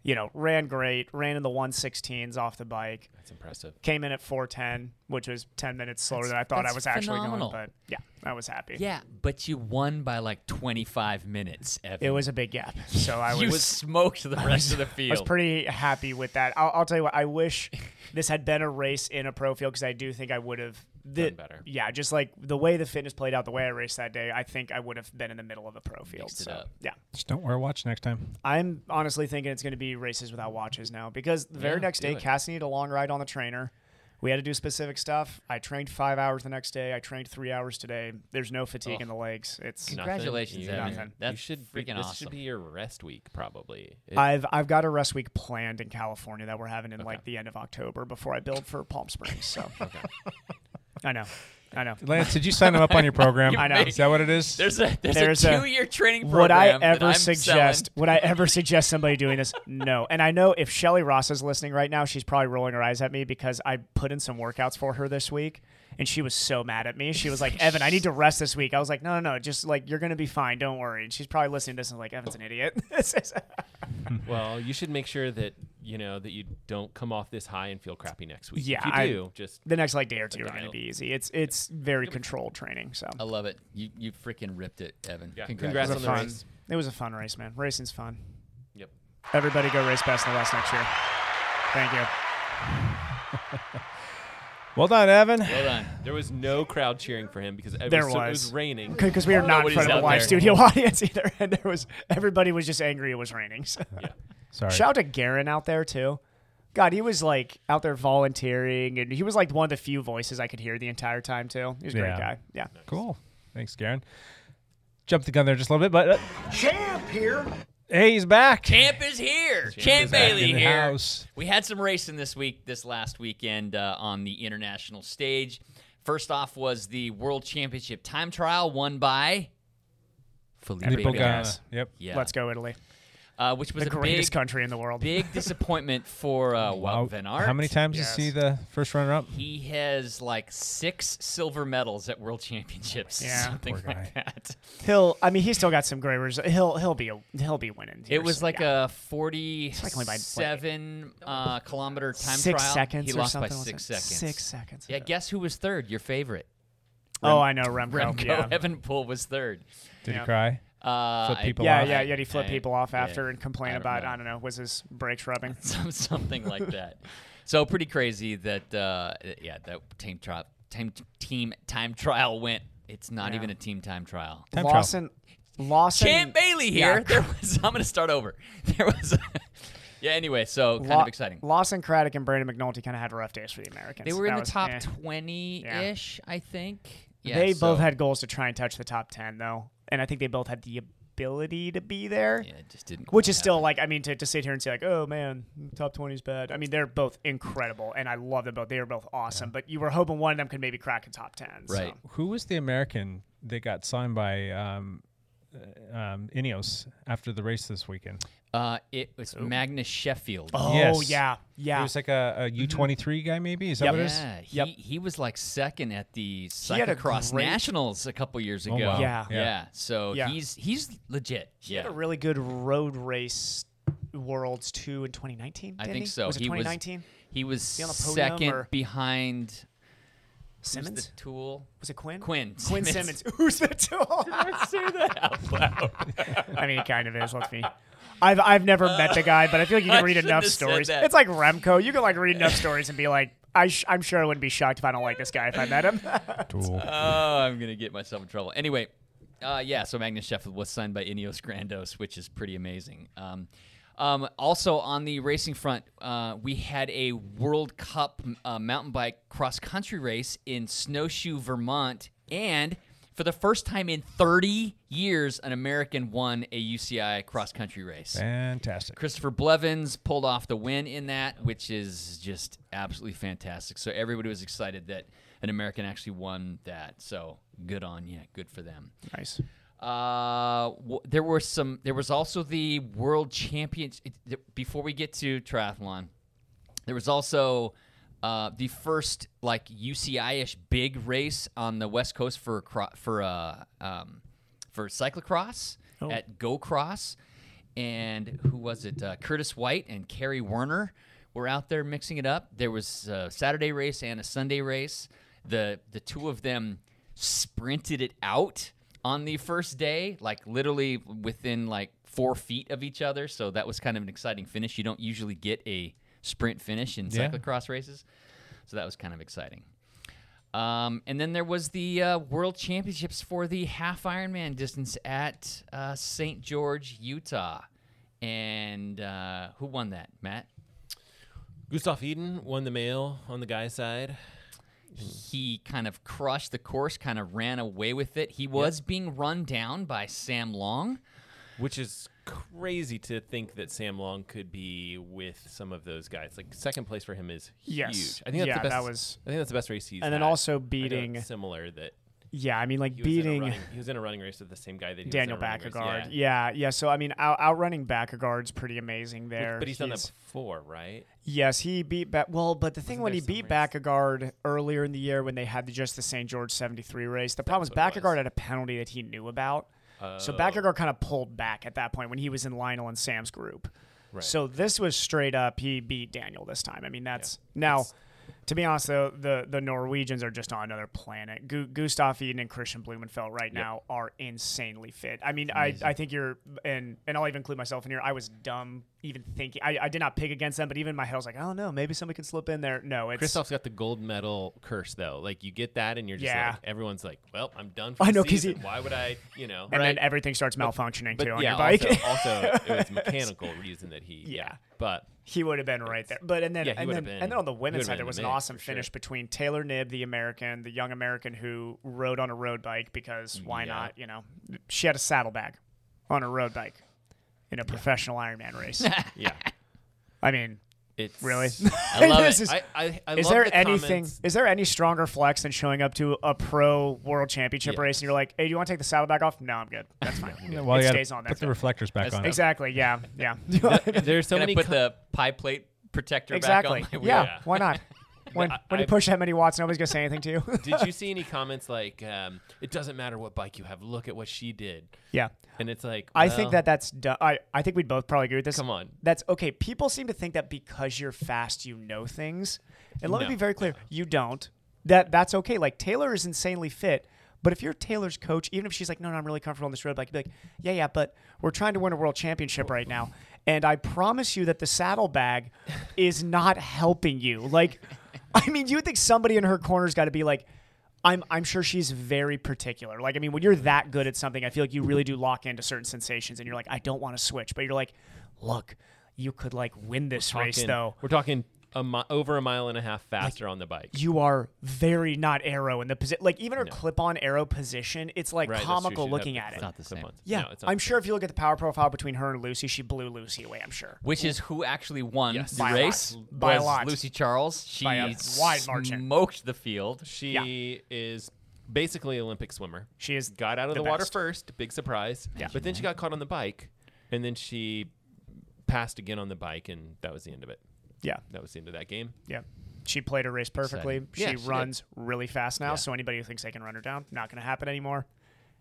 you know, ran great. Ran in the 116s off the bike.
That's impressive.
Came in at 410, which was 10 minutes slower
That's-
than I thought I
that's
was
phenomenal.
actually going. But yeah, I was happy.
Yeah, but you won by like 25 minutes, Evan.
It was a big gap. So I was
You smoked the
I was-
rest of the
I was
field.
pretty happy with that. I'll, I'll tell you what. I wish this had been a race in a pro field because I do think I would have
Done better.
Yeah, just like the way the fitness played out, the way I raced that day, I think I would have been in the middle of a pro field.
Mixed it
So
up.
yeah,
Just don't wear a watch next time.
I'm honestly thinking it's going to be races without watches now because the very
Yeah,
next
do
day,
it.
Cassie needed a long ride on the trainer. We had to do specific stuff. I trained five hours the next day. I trained three hours today. There's no fatigue
Ugh.
in the legs. It's
Congratulations,
nothing.
Evan.
Nothing.
That's
you should be-
freaking
this
awesome.
should be your rest week probably. It-
I've I've got a rest week planned in California that we're having in like the end of October before I build for Palm Springs. So I know, I know.
Lance, did you sign him up on your program?
I know.
Is that what it is?
There's a- there's a two-year training
Would I
program that
ever
I'm
suggest?
selling.
Would I ever suggest somebody doing this? No. And I know if Shelly Ross is listening right now, she's probably rolling her eyes at me because I put in some workouts for her this week. And she was so mad at me. She was like, "Evan, I need to rest this week." I was like, "No, no, no. Just like you're gonna be fine. Don't worry." And she's probably listening to this and like, "Evan's an idiot." This is-
well, you should make sure that you know that you don't come off this high and feel crappy next week.
yeah,
if you
I-
do, just
the next like day or two are
dial.
gonna be easy. It's it's very controlled training. So
I love it. You you freaking ripped it, Evan.
Yeah.
It
Congrats.
was
on
a
the
fun-
race.
It was a fun race, man. Racing's fun.
Yep.
Everybody go race past the West next year. Thank you.
Well done, Evan.
Well done.
There was no crowd cheering for him because it
There
was, so- it was raining.
because we
I
were
don't know
not
what
in front of
he's
a
out
live
there.
studio audience either, and there was everybody was just angry it was raining. So.
Sorry.
Shout out to Garen out there too. God, he was like out there volunteering, and he was like one of the few voices I could hear the entire time too. He was a great
Yeah.
guy. Yeah.
Cool. Thanks, Garen. Jumped the gun there just a little bit, but uh,
Champ here.
hey, he's back.
Champ is here. Champ,
is back
Bailey
in the
here.
house.
We had some racing this week, this last weekend uh, on the international stage. First off was the World Championship time trial won by Felipe
Filippo Ganna.
Ganna.
Yep.
Yeah.
Let's go Italy.
Uh, which was
the
a
greatest
big,
country in the world.
Big disappointment for uh, Wout Van Aert.
How many times did you see the first runner up?
He has like six silver medals at World Championships,
Yeah.
something
Poor
like that.
He'll. I mean, he's still got some great results. He'll. He'll be. He'll be winning.
It was like
a.
a
only by, what, eight?
forty-seven uh, kilometer time
Six
trial.
seconds
he
or
lost by
something, wasn't
six
it?
seconds.
Six seconds,
Yeah, guess who was third? Your favorite.
Oh, I know Remco.
Remco
yeah.
Evenepoel was third.
Did
Yeah.
he cry?
Uh,
Flip
I-
people
yeah,
off?
yeah, yeah. He flipped
I-
people off
yeah,
after and complained
I don't
about
know.
I don't know was his brakes rubbing.
Some, something like that. So pretty crazy that uh, yeah that team trial time team time trial went. It's not
Yeah.
even a team time trial.
Time trial.
Lawson, Lawson,
Champ Bailey
Yeah,
here. There was. I'm gonna start over. There was. yeah. Anyway, so kind
Law-
of exciting.
Lawson Craddock and Brandon McNulty kind of had rough days for the Americans.
They were in
That
the
was-
top
eh.
twenty-ish, I think. Yeah,
they
so-
both had goals to try and touch the top ten though, and I think they both had the ability to be there.
Yeah, it just didn't.
Which
quite
is still like I mean to, to sit here and say like oh man top twenty is bad I mean they're both incredible and I love them both they are both awesome but you were hoping one of them could maybe crack a top ten
happen. right.
so.
Who was the American that got signed by um, uh, um, Ineos after the race this weekend?
Uh, it was Magnus Sheffield.
oh
Yes.
yeah
He
yeah
was like a a U23 guy, maybe? Is that what it is?
Yeah, he,
Yep.
he was like second at the
had a
cyclocross
great- Oh,
nationals a couple years ago.
wow.
Yeah.
yeah,
Yeah.
So
Yeah.
he's he's legit.
He
yeah,
had a really good road race worlds two in 2019.
I
didn't
think
he?
so.
Was it
he
2019?
was he was
he on the podium,
second
or-
behind who's
Simmons
the tool.
was it Quinn?
Quinn
Quinn
Simmons.
Simmons. Who's the tool? Did I say that out loud? I mean, it kind of is. Let's be. I've I've never met the guy, but I feel like you
I
can read
shouldn't
enough
have said
stories.
that.
It's like Remco. You can like read enough stories and be like, I sh- I'm sure I wouldn't be shocked if I don't like this guy if I met him.
Tool.
Oh, I'm gonna get myself in trouble. Anyway, uh, yeah. So Magnus Sheffield was signed by Ineos Grandos, which is pretty amazing. Um, um, also on the racing front, uh, we had a World Cup uh, mountain bike cross country race in Snowshoe, Vermont, and For the first time in 30 years, an American won a UCI cross country race.
Fantastic.
Christopher Blevins pulled off the win in that, which is just absolutely fantastic. So everybody was excited that an American actually won that. So good on you. Good for them.
Nice.
Uh, w- there were some. There was also the World Champions. it- th- before we get to triathlon, there was also uh, the first like UCI-ish big race on the West Coast for cro- for uh, um, for cyclocross
Oh.
at Go Cross, and who was it? Uh, Curtis White and Kerry Werner were out there mixing it up. There was a Saturday race and a Sunday race. The the two of them sprinted it out on the first day, like literally within like four feet of each other. So that was kind of an exciting finish. You don't usually get a sprint finish in
Yeah.
cyclocross races, so that was kind of exciting. Um, and then there was the uh, World Championships for the half Ironman distance at uh, St. George, Utah. And uh, who won that, Matt?
Gustav Eden won the male on the guy's side.
He kind of crushed the course, kind of ran away with it. He was being run down by Sam Long.
Which is crazy to think that Sam Long could be with some of those guys. Like second place for him is huge.
Yes.
I think that's
Yeah,
the best.
that was-
I think that's the best race he's.
And then
had.
also
I know it's
beating-
similar that.
Yeah, I mean, like
he was in a
beating
running- he was in a running race with the same guy that he
Daniel
was in a running race-
Backergaard.
yeah.
Yeah. yeah, So I mean, out, outrunning Backergaard's pretty amazing there.
But he's done that before, right?
Yes, he beat back. Well, but the thing
Wasn't
when
there
he beat Backergaard earlier in the year when they had the, just the St. George 73 race, the problem is Backergaard had a penalty that he knew about. So
Oh.
Backergaard kind of pulled back at that point when he was in Lionel and Sam's group.
Right.
So this was straight up he beat Daniel this time. I mean, that's now. to be honest, though, the, the Norwegians are just on another planet. Gu- Gustav Eden and Christian Blumenfeld right now are insanely fit. I mean, I, I think you're, and, and I'll even include myself in here. I was dumb even thinking. I, I did not pick against them, but even in my head, I was like, I don't know, maybe somebody can slip in there. No, it's.
Christoph's got the gold medal curse though. Like you get that, and you're just
Yeah.
like everyone's like, "Well, I'm done." For
I
the
know, 'cause he-
season. why would I? You know,
And then
right?
everything starts
But-
malfunctioning,
but
too, on
yeah,
your bike.
Also, also, it was mechanical reason that he. Yeah,
Yeah.
but
He would have been right there, but and then
Yeah, he
and
would
then,
have been-
and then on the
he would
women's side,
have been in
there
the
was an
mix,
awesome
for
finish
sure.
between Taylor Nib, the American, the young American who rode on a road bike because why
Yeah.
not? You know, she had a saddlebag on a road bike in a professional Ironman race.
yeah,
I mean,
It's-
really.
I love
This
it.
is-
I- I- I
is
love
there
the
anything?
comments.
Is there any stronger flex than showing up to a pro world championship race and you're like, "Hey, do you want to take the saddlebag off? No, I'm good. That's fine.
Yeah, well,
it
you gotta
stays on.
put
That's
the
it.
reflectors back That's on it.
Exactly. Yeah. Yeah.
There's so
Can I
many
put
co-
the pie plate protector
exactly.
back on my wheel?
yeah. Why not? When
I-
when
I-
you push that many watts, nobody's gonna say anything to you.
Did you see any comments like, um, "It doesn't matter what bike you have. Look at what she did."
Yeah.
and it's like
I
well,
think that that's du- I I think we'd both probably agree with this. Come
on.
That's okay. People seem to think that because you're fast, you know things. And let
No,
me be very clear, you don't. That that's okay. Like Taylor is insanely fit, but if you're Taylor's coach, even if she's like, "No, no, I'm really comfortable on this road bike," you'd be like, "Yeah, yeah, but we're trying to win a world championship right now." And I promise you that the saddlebag is not helping you. Like, I mean, you would think somebody in her corner's got to be like, I'm I'm sure she's very particular. Like I mean, when you're that good at something, I feel like you really do lock into certain sensations, and you're like, I don't want to switch, but you're like, look, you could like win this
talking-
race though.
We're talking a mi- over a mile and a half faster on the bike.
You are very not arrow in the position. Like even her clip-on arrow position, it's like
Right, that's true.
comical
She'd have
looking
the
at it.
clip- It's not the same. clip-ons.
Yeah,
No, it's not
I'm
the
sure if you look at the power profile between her and Lucy, she blew Lucy away. I'm sure.
Which is who actually won
Yes.
the
By a lot.
race?
By a
was
lot.
Lucy Charles. She
By a wide margin.
smoked the field.
She is basically Olympic swimmer.
She is
got out of
the
the, water
best.
first, big surprise.
Yeah.
But then she got caught on the bike, and then she passed again on the bike, and that was the end of it.
Yeah.
that was the end of that game.
Yeah. She played her race perfectly.
Exciting. Yeah,
she
she did.
runs really fast now,
Yeah.
so anybody who thinks they can run her down, not going to happen anymore.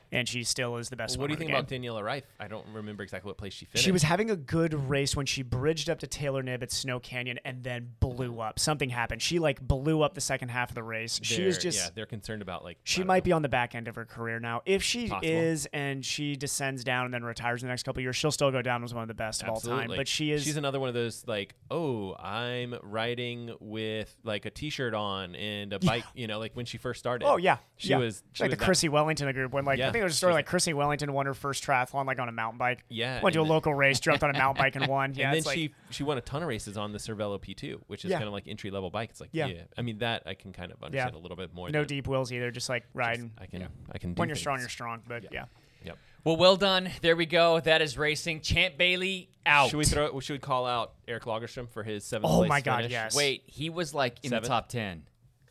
And she still is the best.
what do you
swimmer in
think
the game.
about Daniela Rife? I don't remember exactly what place she finished.
She was having a good race when she bridged up to Taylor Nib at Snow Canyon and then blew up. Something happened. She like blew up the second half of the race. she is
They're-
just
yeah. They're concerned about like
she might be on the back end of her career now. If she
Possible.
is and she descends down and then retires in the next couple of years, she'll still go down as one of the best of all time. But she is
She's another one of those like, oh, I'm riding with like a T-shirt on and a bike. You know, like when she first started.
Oh yeah,
she
yeah.
was. She
like
was
the
that-
Chrissy Wellington of the group when like
Yeah.
I think there was a story like Chrissy Wellington won her first triathlon like on a mountain bike.
Yeah,
went to a
and then-
local race, jumped on a mountain bike and won. Yeah,
and then
it's like,
she she won a ton of races on the Cervelo P2, which is
Yeah.
kind of like entry level bike. It's like
Yeah.
yeah. I mean that I can kind of understand a little bit more.
No
than-
deep wills either, just like riding.
I can- I can do
When you're strong,
things.
you're strong. But yeah.
Yep.
Well, well done. There we go. That is racing. Champ Bailey out.
Should we throw? Should we call out Eric Lagerstrom for his seventh?
Oh
place
my God,
finish?
yes. Wait, he was like in the
Seventh?
top 10.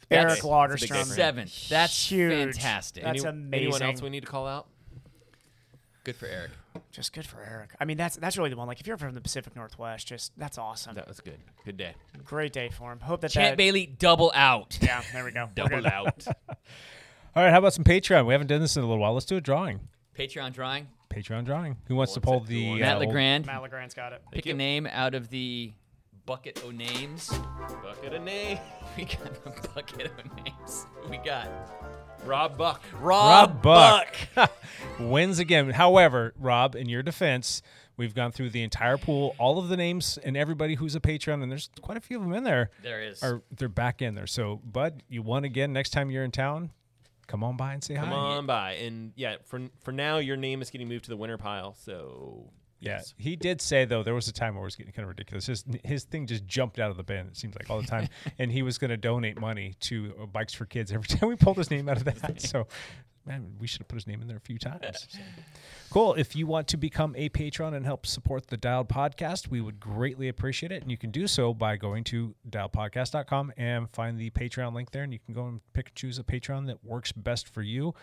Eric
That's-
Lagerstrom.
that's Seventh. That's
Huge.
fantastic.
That's
Anyone else
amazing.
we need to call out?
Good for Eric.
Just good for Eric. I mean, that's that's really the one. Like, if you're from the Pacific Northwest, just that's awesome.
That was good. Good day.
Great day for him. Hope that
Champ
that,
Bailey double out.
Yeah, there we go. We're
double
good.
out.
All right, how about some Patreon? We haven't done this in a little while. Let's do a drawing.
Patreon drawing.
Patreon drawing. Who wants to pull the uh,
Matt
old-
Legrand.
Matt Legrand's got it.
Pick a name out of the bucket o' names.
Bucket of names.
We got a bucket o' names. Who We got
Rob Buck.
Rob, Buck.
wins again. However, Rob, in your defense, we've gone through the entire pool, all of the names, and everybody who's a Patreon, and there's quite a few of them in there.
There is.
Are they're back in there? So, Bud, you won again. Next time you're in town, come on by and say
Come
hi.
on by. And yeah, for for now, your name is getting moved to the winner pile. So
Yeah,
yes.
he did say though there was a time where it was getting kind of ridiculous. His his thing just jumped out of the bin. It seems like all the time, and he was going to donate money to uh, Bikes for Kids every time we pulled his name out of that. So, man, we should have put his name in there a few times. So. Cool. If you want to become a patron and help support the Dialed Podcast, we would greatly appreciate it. And you can do so by going to dialedpodcast.com and find the Patreon link there. And you can go and pick and choose a Patreon that works best for you.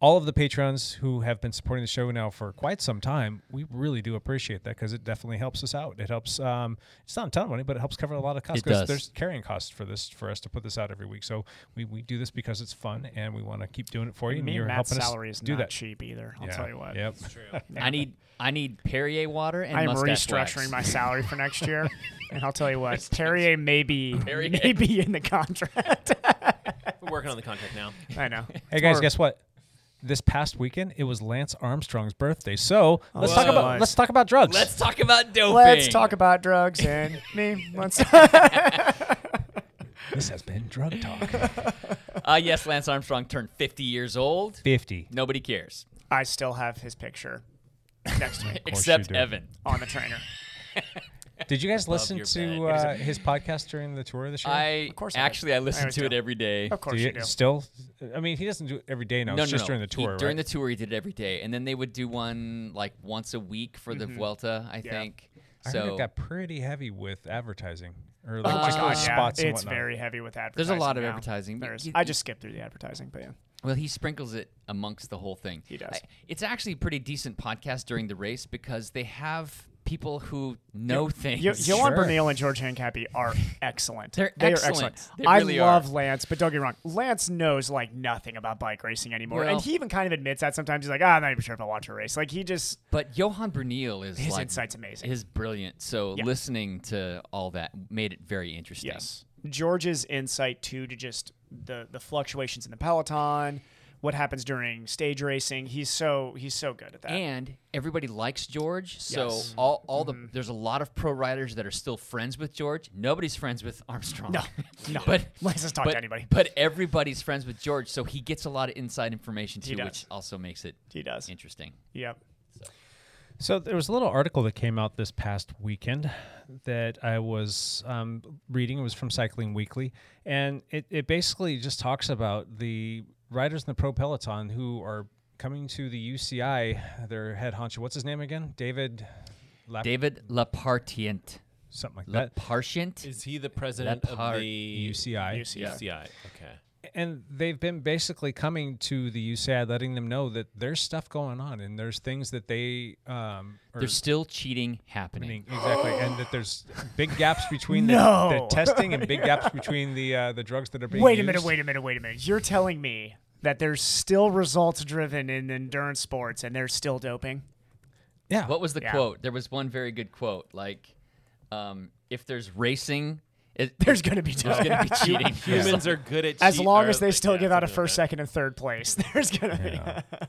All of the patrons who have been supporting the show now for quite some time, we really do appreciate that because it definitely helps us out. It helps, um, it's not a ton of money, but it helps cover a lot of costs.
It
'cause
does.
There's carrying costs for this, for us to put this out every week. So we, we do this because it's fun and we want to keep doing it for you. and
Me
you're
and Matt's
helping
salary
us
is
do
not
that.
cheap either. I'll
Yeah,
tell you what.
Yep.
I need I need Perrier water and
I am
mustache
restructuring
wax.
my salary for next year, and I'll tell you what, Perrier may be
Perrier.
may be in the contract.
We're working on the contract now.
I know.
Hey guys, guess what? This past weekend, it was Lance Armstrong's birthday. So let's
that's
talk about
Oh, nice.
let's talk about drugs.
Let's talk about doping.
Let's talk about drugs and me. Let's.
this has been drug talk.
Uh, yes, Lance Armstrong turned 50 years old.
Fifty.
Nobody cares
I still have his picture next to me
course
except
you do.
Evan.
on the trainer.
Did you guys listen
your
to
bed.
uh, his podcast during the tour this year?
I
course I do.
actually I listen
always
to it
do.
every day.
Of course
do
you,
you,
do.
still? I mean, he doesn't do it every day now. it's just during the
He-
tour.
during the
right?
tour, he did it every day, and then they would do one like once a week for
Mm-hmm.
the Vuelta, I think.
I heard
So
it got pretty heavy with advertising. Or
Oh
like
my
just
God,
little
yeah.
spots and
it's
whatnot.
very heavy with advertising.
There's a lot of
now.
advertising, but
There is.
you-
I just skipped through the advertising, but yeah.
well, he sprinkles it amongst the whole thing. He
does.
it's actually a pretty decent podcast during the race because they have people who know things.
Yo- Johan
Sure.
Bernal and George Hancappy are excellent.
They're
They are
excellent. They
I
really
love
are.
Lance, but don't get me wrong. Lance knows like nothing about bike racing anymore,
Well-
and he even kind of admits that sometimes. He's like, "Ah, I'm not even sure if I watch a race." Like he just
But Johan Brunel is
His
like,
insight's amazing.
Is brilliant. So
Yeah.
listening to all that made it very interesting.
Yes. George's insight too to just the the fluctuations in the peloton, what happens during stage racing. He's so he's so good at that.
And everybody likes George, so
Uh, Yes. Mm-hmm.
all, all the there's a lot of pro riders that are still friends with George. Nobody's friends with Armstrong.
No, no.
but
Let's just talk
but,
to anybody.
But everybody's friends with George, so he gets a lot of inside information
He
too,
does.
which also makes it
he does.
interesting.
Yep.
So there was a little article that came out this past weekend that I was um, reading. It was from Cycling Weekly, and it, it basically just talks about the riders in the pro peloton who are coming to the UCI. Their head honcho, what's his name again? David, Lap-
David Lapartient.
something like that.
Lapartient?
Is he the president of
Lepard-
the
UCI.
UCI? Okay.
and they've been basically coming to the UCI, letting them know that there's stuff going on and there's things that they um, are
There's still cheating happening.
happening. exactly, and that there's big gaps between the,
No.
the testing and big gaps between the uh, the drugs that are being
Wait a
used.
minute, wait a minute, wait a minute. You're telling me that there's still results driven in endurance sports and there's still doping?
Yeah,
What was the
Yeah.
quote? There was one very good quote, like, um, if there's racing, it,
There's going to be doping.
going to be cheating.
Humans are good at
as
cheat-
long
or,
as they
like,
still
yeah,
give out a
something like
first,
that.
second, and third place, there's going to be.
I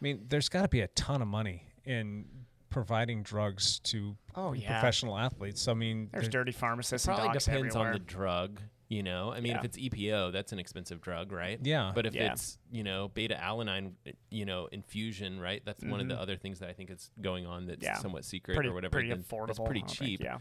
mean, there's got to be a ton of money in providing drugs to
Oh, yeah.
professional athletes. I mean,
There's
there-
dirty pharmacists and
Probably
docs
depends
everywhere.
on the drug. You know, I mean, if
Yeah.
it's EPO, that's an expensive drug, right?
Yeah.
But if
Yeah.
it's you know beta alanine, you know, infusion, right? That's one of the
Mhm.
other things that I think is going on that's
Yeah.
somewhat secret
Mm-hmm. Pretty-
or whatever.
pretty
then That's
affordable,
pretty
I think,
cheap.
yeah.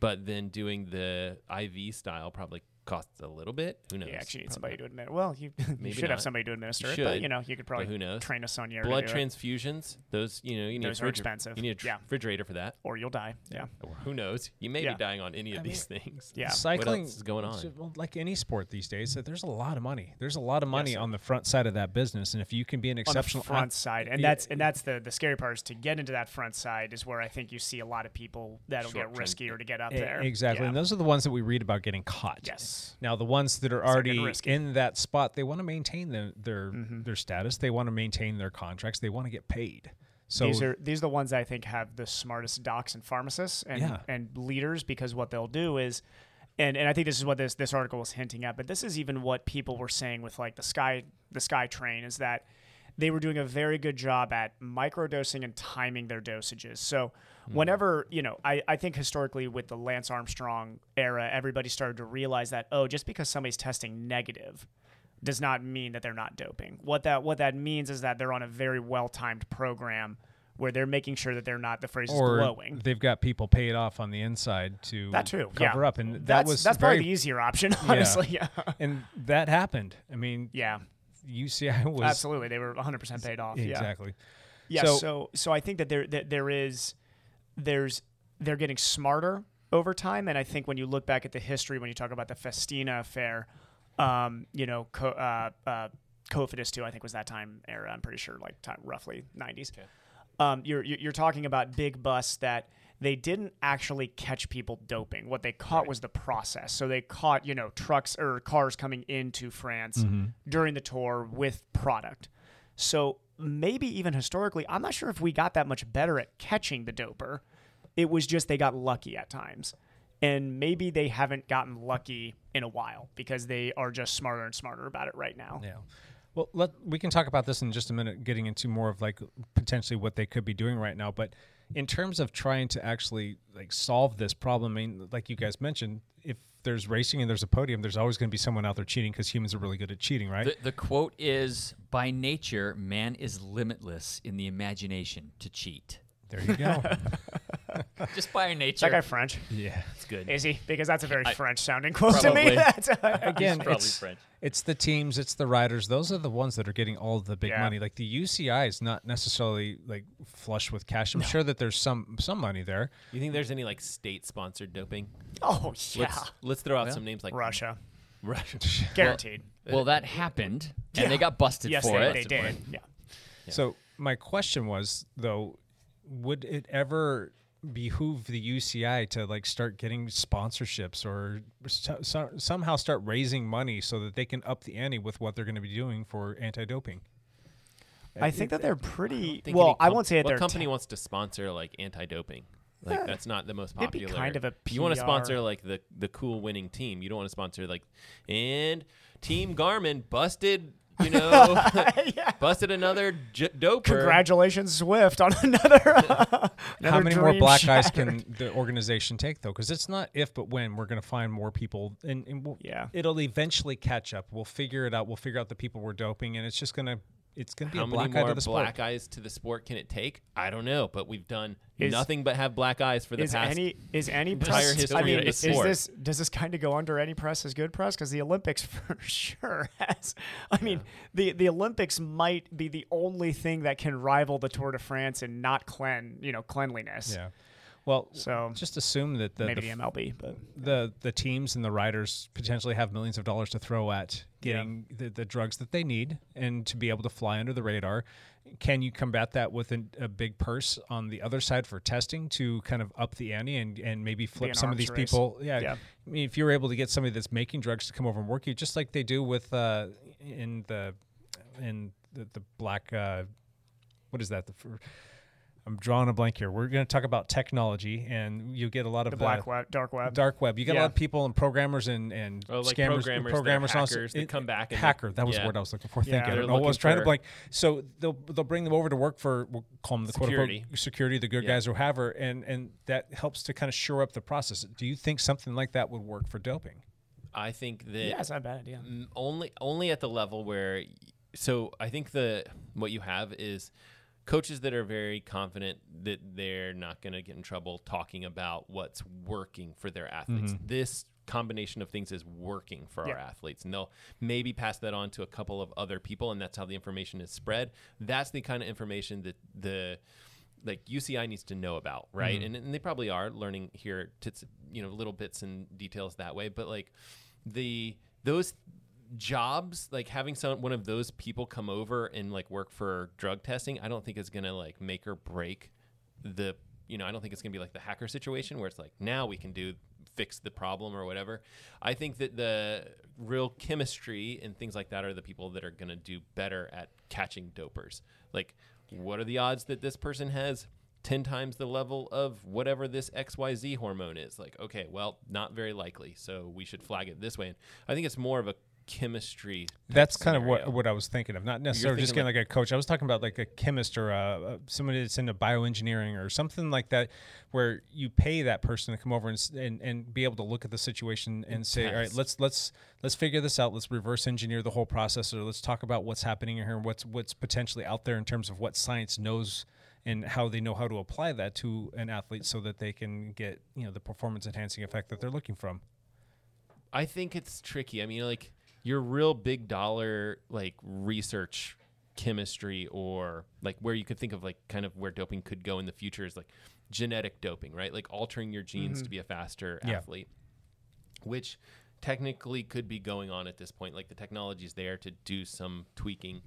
But then doing the IV style probably costs a little bit. Who knows?
You actually need
Probably
somebody to admit. Well, you, you
Maybe
should have
not.
somebody to administer
You
it, but
should,
you know, you could probably
who knows?
train a sonier. to
Blood
do it.
transfusions, those you know, you need
Those
a
are
refriger-
expensive.
You need a
Yeah.
refrigerator for that,
or you'll die. Yeah.
Or who knows? You may
Yeah.
be dying on any of
I mean,
these things.
Cycling
what else is going on?
so, well, Like any sport these days, that there's a lot of money. There's a lot of money
Yes.
on the front side of that business, and if you can be an exceptional
on the front
ath-
side, and
Yeah,
that's and that's the the scary part is to get into that front side is where I think you see a lot of people that'll get
Short-term.
riskier to get up
e-
there.
exactly.
Yeah.
And those are the ones that we read about getting caught.
Yes.
Now the ones that are
Second
already
risky. Mm-hmm.
in that spot, they want to maintain their their, their status. They want to maintain their contracts. They want to get paid. So
these are these are the ones I think have the smartest docs and pharmacists and
Yeah.
and leaders because what they'll do is and, and I think this is what this this article was hinting at, but this is even what people were saying with like the sky the sky train is that they were doing a very good job at microdosing and timing their dosages. So whenever, you know, I, I think historically with the Lance Armstrong era, everybody started to realize that, oh, just because somebody's testing negative does not mean that they're not doping. What that what that means is that they're on a very well timed program where they're making sure that they're not the phrase
or
is glowing.
they've got people paid off on the inside to
That too, yeah.
cover up, and that
That's-
was
that's
very,
probably the easier option, honestly, yeah.
and that happened. I mean,
yeah,
UCI was
Absolutely, they were 100 percent paid off. yeah.
Exactly.
Yeah.
So-
So, so I think that there that there is there's they're getting smarter over time, and I think when you look back at the history, when you talk about the Festina affair, um, you know, co- uh, uh, Cofidis too, I think was that time era. I'm pretty sure, like time, roughly 90s. Um, you're you're you're talking about big busts that. They didn't actually catch people doping. What they caught was the process. So they caught, you know, trucks or cars coming into France
Mhm.
during the tour with product. So maybe even historically, I'm not sure if we got that much better at catching the doper. It was just they got lucky at times. And maybe they haven't gotten lucky in a while because they are just smarter and smarter about it right now.
Yeah. Well, let we can talk about this in just a minute, getting into more of like potentially what they could be doing right now. But in terms of trying to actually like solve this problem, I mean, like you guys mentioned, if there's racing and there's a podium, there's always going to be someone out there cheating because humans are really good at cheating, right?
The, the quote is By nature, man is limitless in the imagination to cheat.
There you go.
Just by nature.
Is that guy French?
Yeah.
It's good.
Is he? Because that's a very
I-
French sounding quote to
Probably.
me. That's-
Again, it's, it's the teams, it's the riders. Those are the ones that are getting all the big
Yeah.
money. Like the UCI is not necessarily like flush with cash. I'm sure that there's some some money there.
You think there's any like state sponsored doping?
Oh,
Let's-
yeah.
Let's, throw out
Yeah.
some names like
Russia.
Russia.
Guaranteed.
Well, that happened, and they got busted
Yes,
for
they,
it.
They did. Yeah.
So my question was though, would it ever behoove the UCI to like start getting sponsorships or so, so, somehow start raising money so that they can up the ante with what they're going to be doing for anti-doping?
I think that they're pretty.
think
Well,
any
I
com-
won't say that
what
they're
company wants to sponsor like anti-doping. Like
Eh,
that's not the most
it'd be
popular.
kind of a
You want to
PR.
sponsor like the the cool winning team. You don't want to sponsor like and Team Garmin busted. You know, busted another j- doper.
Congratulations, Swift, on another. uh, another
How many more
dream
black eyes
shattered.
can the organization take though? Because it's not if but when we're going to find more people, and, and we'll,
yeah,
it'll eventually catch up. We'll figure it out. We'll figure out the people we're doping, and it's just going to it's going to be
How
a black
many
eye
more
to the sport.
black eyes to the sport can it take? I don't know, but we've done
Is-
nothing but have black eyes for the
is
past
any is any
entire
press,
history
I mean,
of the
is
sport.
this does this kind of go under any press is good press? Because the Olympics for sure has. I mean, the the Olympics might be the only thing that can rival the Tour de France in not clean you know cleanliness.
Yeah. Well,
so
just assume that the
maybe
the,
the
f-
MLB, but
the the teams and the riders potentially have millions of dollars to throw at getting the, the drugs that they need and to be able to fly under the radar. Can you combat that with an, a big purse on the other side for testing to kind of up the ante and, and maybe flip
an
some of
arms
these
race.
people? Yeah,
Yeah.
I mean, if you're able to get somebody that's making drugs to come over and work you, just like they do with uh, in the in the, the black uh, what is that the. fir- I'm drawing a blank here. We're going to talk about technology, and you get a lot of
the black web, dark web,
dark web. You got a
Yeah.
lot of people and programmers and and
Oh, like
scammers,
programmers that are
and all-
hackers that
it-
come back and they-
hacker. That was the
yeah.
word I was looking for. Thank
Yeah.
you. I
They're
don't know. I
looking
was trying to
for-
blank. So they'll they'll bring them over to work for we'll call them the quote
Security.
unquote security, the good
Yeah.
guys or whoever, and and that helps to kind of shore up the process. Do you think something like that would work for doping?
I think that
Yeah, it's not a bad idea.
m- Only only at the level where so I think the what you have is coaches that are very confident that they're not going to get in trouble talking about what's working for their athletes.
Mhm.
This combination of things is working for our
Yeah.
athletes and they'll maybe pass that on to a couple of other people and that's how the information is spread. That's the kind of information that the like UCI needs to know about, right?
Mhm.
And, and they probably are learning here tits, you know, little bits and details that way, but like the those jobs like having some one of those people come over and like work for drug testing i don't think is gonna like make or break the you know i don't think it's gonna be like the hacker situation where it's like now we can do fix the problem or whatever i think that the real chemistry and things like that are the people that are gonna do better at catching dopers like what are the odds that this person has 10 times the level of whatever this XYZ hormone is. Like, okay, well, not very likely. So we should flag it this way. And I think it's more of a chemistry. type
That's kind of what
scenario.
what I was thinking of. Not necessarily just
thinking
getting like, a coach. I was talking about like a chemist or a, a, somebody that's into bioengineering or something like that, where you pay that person to come over and s- and, and be able to look at the situation and,
And
say, all right,
test.
let's let's let's figure this out. Let's reverse engineer the whole process, or let's talk about what's happening here and what's what's potentially out there in terms of what science knows and how they know how to apply that to an athlete so that they can get you know the performance enhancing effect that they're looking from.
I think it's tricky. I mean, like your real big dollar like research chemistry or like where you could think of like kind of where doping could go in the future is like genetic doping, right? Like altering your genes
Mhm.
to be a faster
Yeah.
athlete. Which technically could be going on at this point. Like the technology's there to do some tweaking.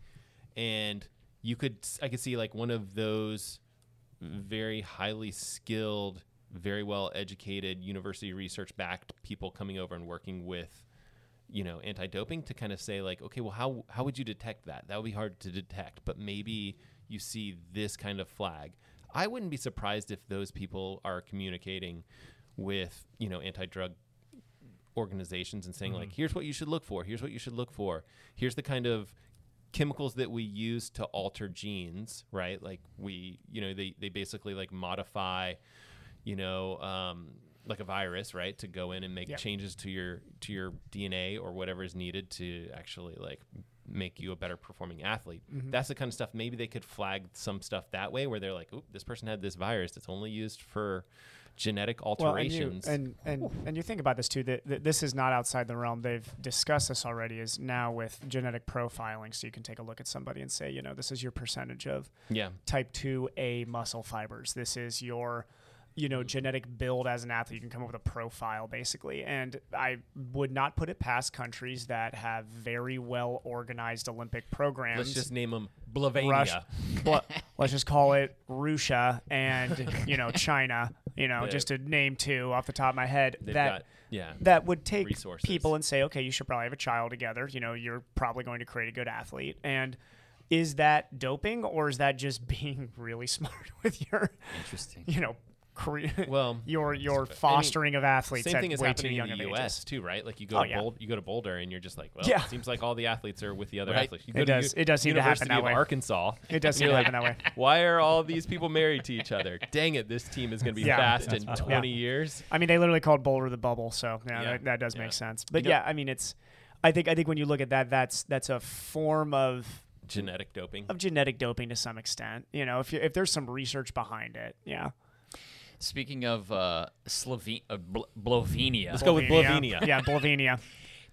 And you could I could see like one of those very highly skilled, very well educated, university research backed people coming over and working with, you know, anti doping to kind of say, like, okay, well, how, how would you detect that? That would be hard to detect, but maybe you see this kind of flag. I wouldn't be surprised if those people are communicating with, you know, anti drug organizations and saying,
Mm-hmm.
like,
Mhm.
here's what you should look for, here's what you should look for, here's the kind of chemicals that we use to alter genes, right? Like we, you know, they, they basically like modify, you know, um, like a virus, right? To go in and make
Yep.
changes to your to your DNA or whatever is needed to actually like make you a better performing athlete.
Mm-hmm.
Mhm.
That's the kind of stuff maybe they could flag some stuff that way where they're like, oop, this person had this virus that's only used for genetic alterations.
Well, and, you, and and and you think about this too. That, that this is not outside the realm. They've discussed this already. Is now with genetic profiling, so you can take a look at somebody and say, you know, this is your percentage of
Yeah.
type two A muscle fibers. This is your you know genetic build as an athlete you can come up with a profile basically and i would not put it past countries that have very well organized olympic programs
Let's just name them
Rush-
Blavania.
Bla- let's just call it Russia and you know China. You know,
The-
just to name two off the top of my head
They've
that
got- yeah,
that would take
resources.
people and say, okay, you should probably have a child together. You know, you're probably going to create a good athlete and. Is that doping, or is that just being really smart with your,
Interesting.
you know, career?
Well,
your your
I mean,
fostering of athletes
Same
at
thing is
way too
happening
young
in the
of
U.S.
ages.
too, right? Like you go
Oh,
to
yeah.
Boulder, you go to Boulder, and you're just like, well,
Yeah.
it seems like all the athletes are with the other
Right.
athletes. You
It does-
U-
it does seem to happen
University
that
of
way.
Arkansas.
It does
and
seem
you're
to
like,
happen that way.
Why are all these people married to each other? Dang it, this team is going to be
Yeah.
fast in
Yeah.
20 years.
I mean, they literally called Boulder the bubble, so yeah,
Yeah.
That, that does
Yeah.
make sense. But
You know-
yeah, I mean, it's. I think I think when you look at that, that's that's a form of
Genetic doping.
of genetic doping to some extent. You know, if you, if there's some research behind it, yeah.
Speaking of uh, Slovenia, uh, Bl- Blovenia.
Let's go with Blovenia.
yeah, Blavenia.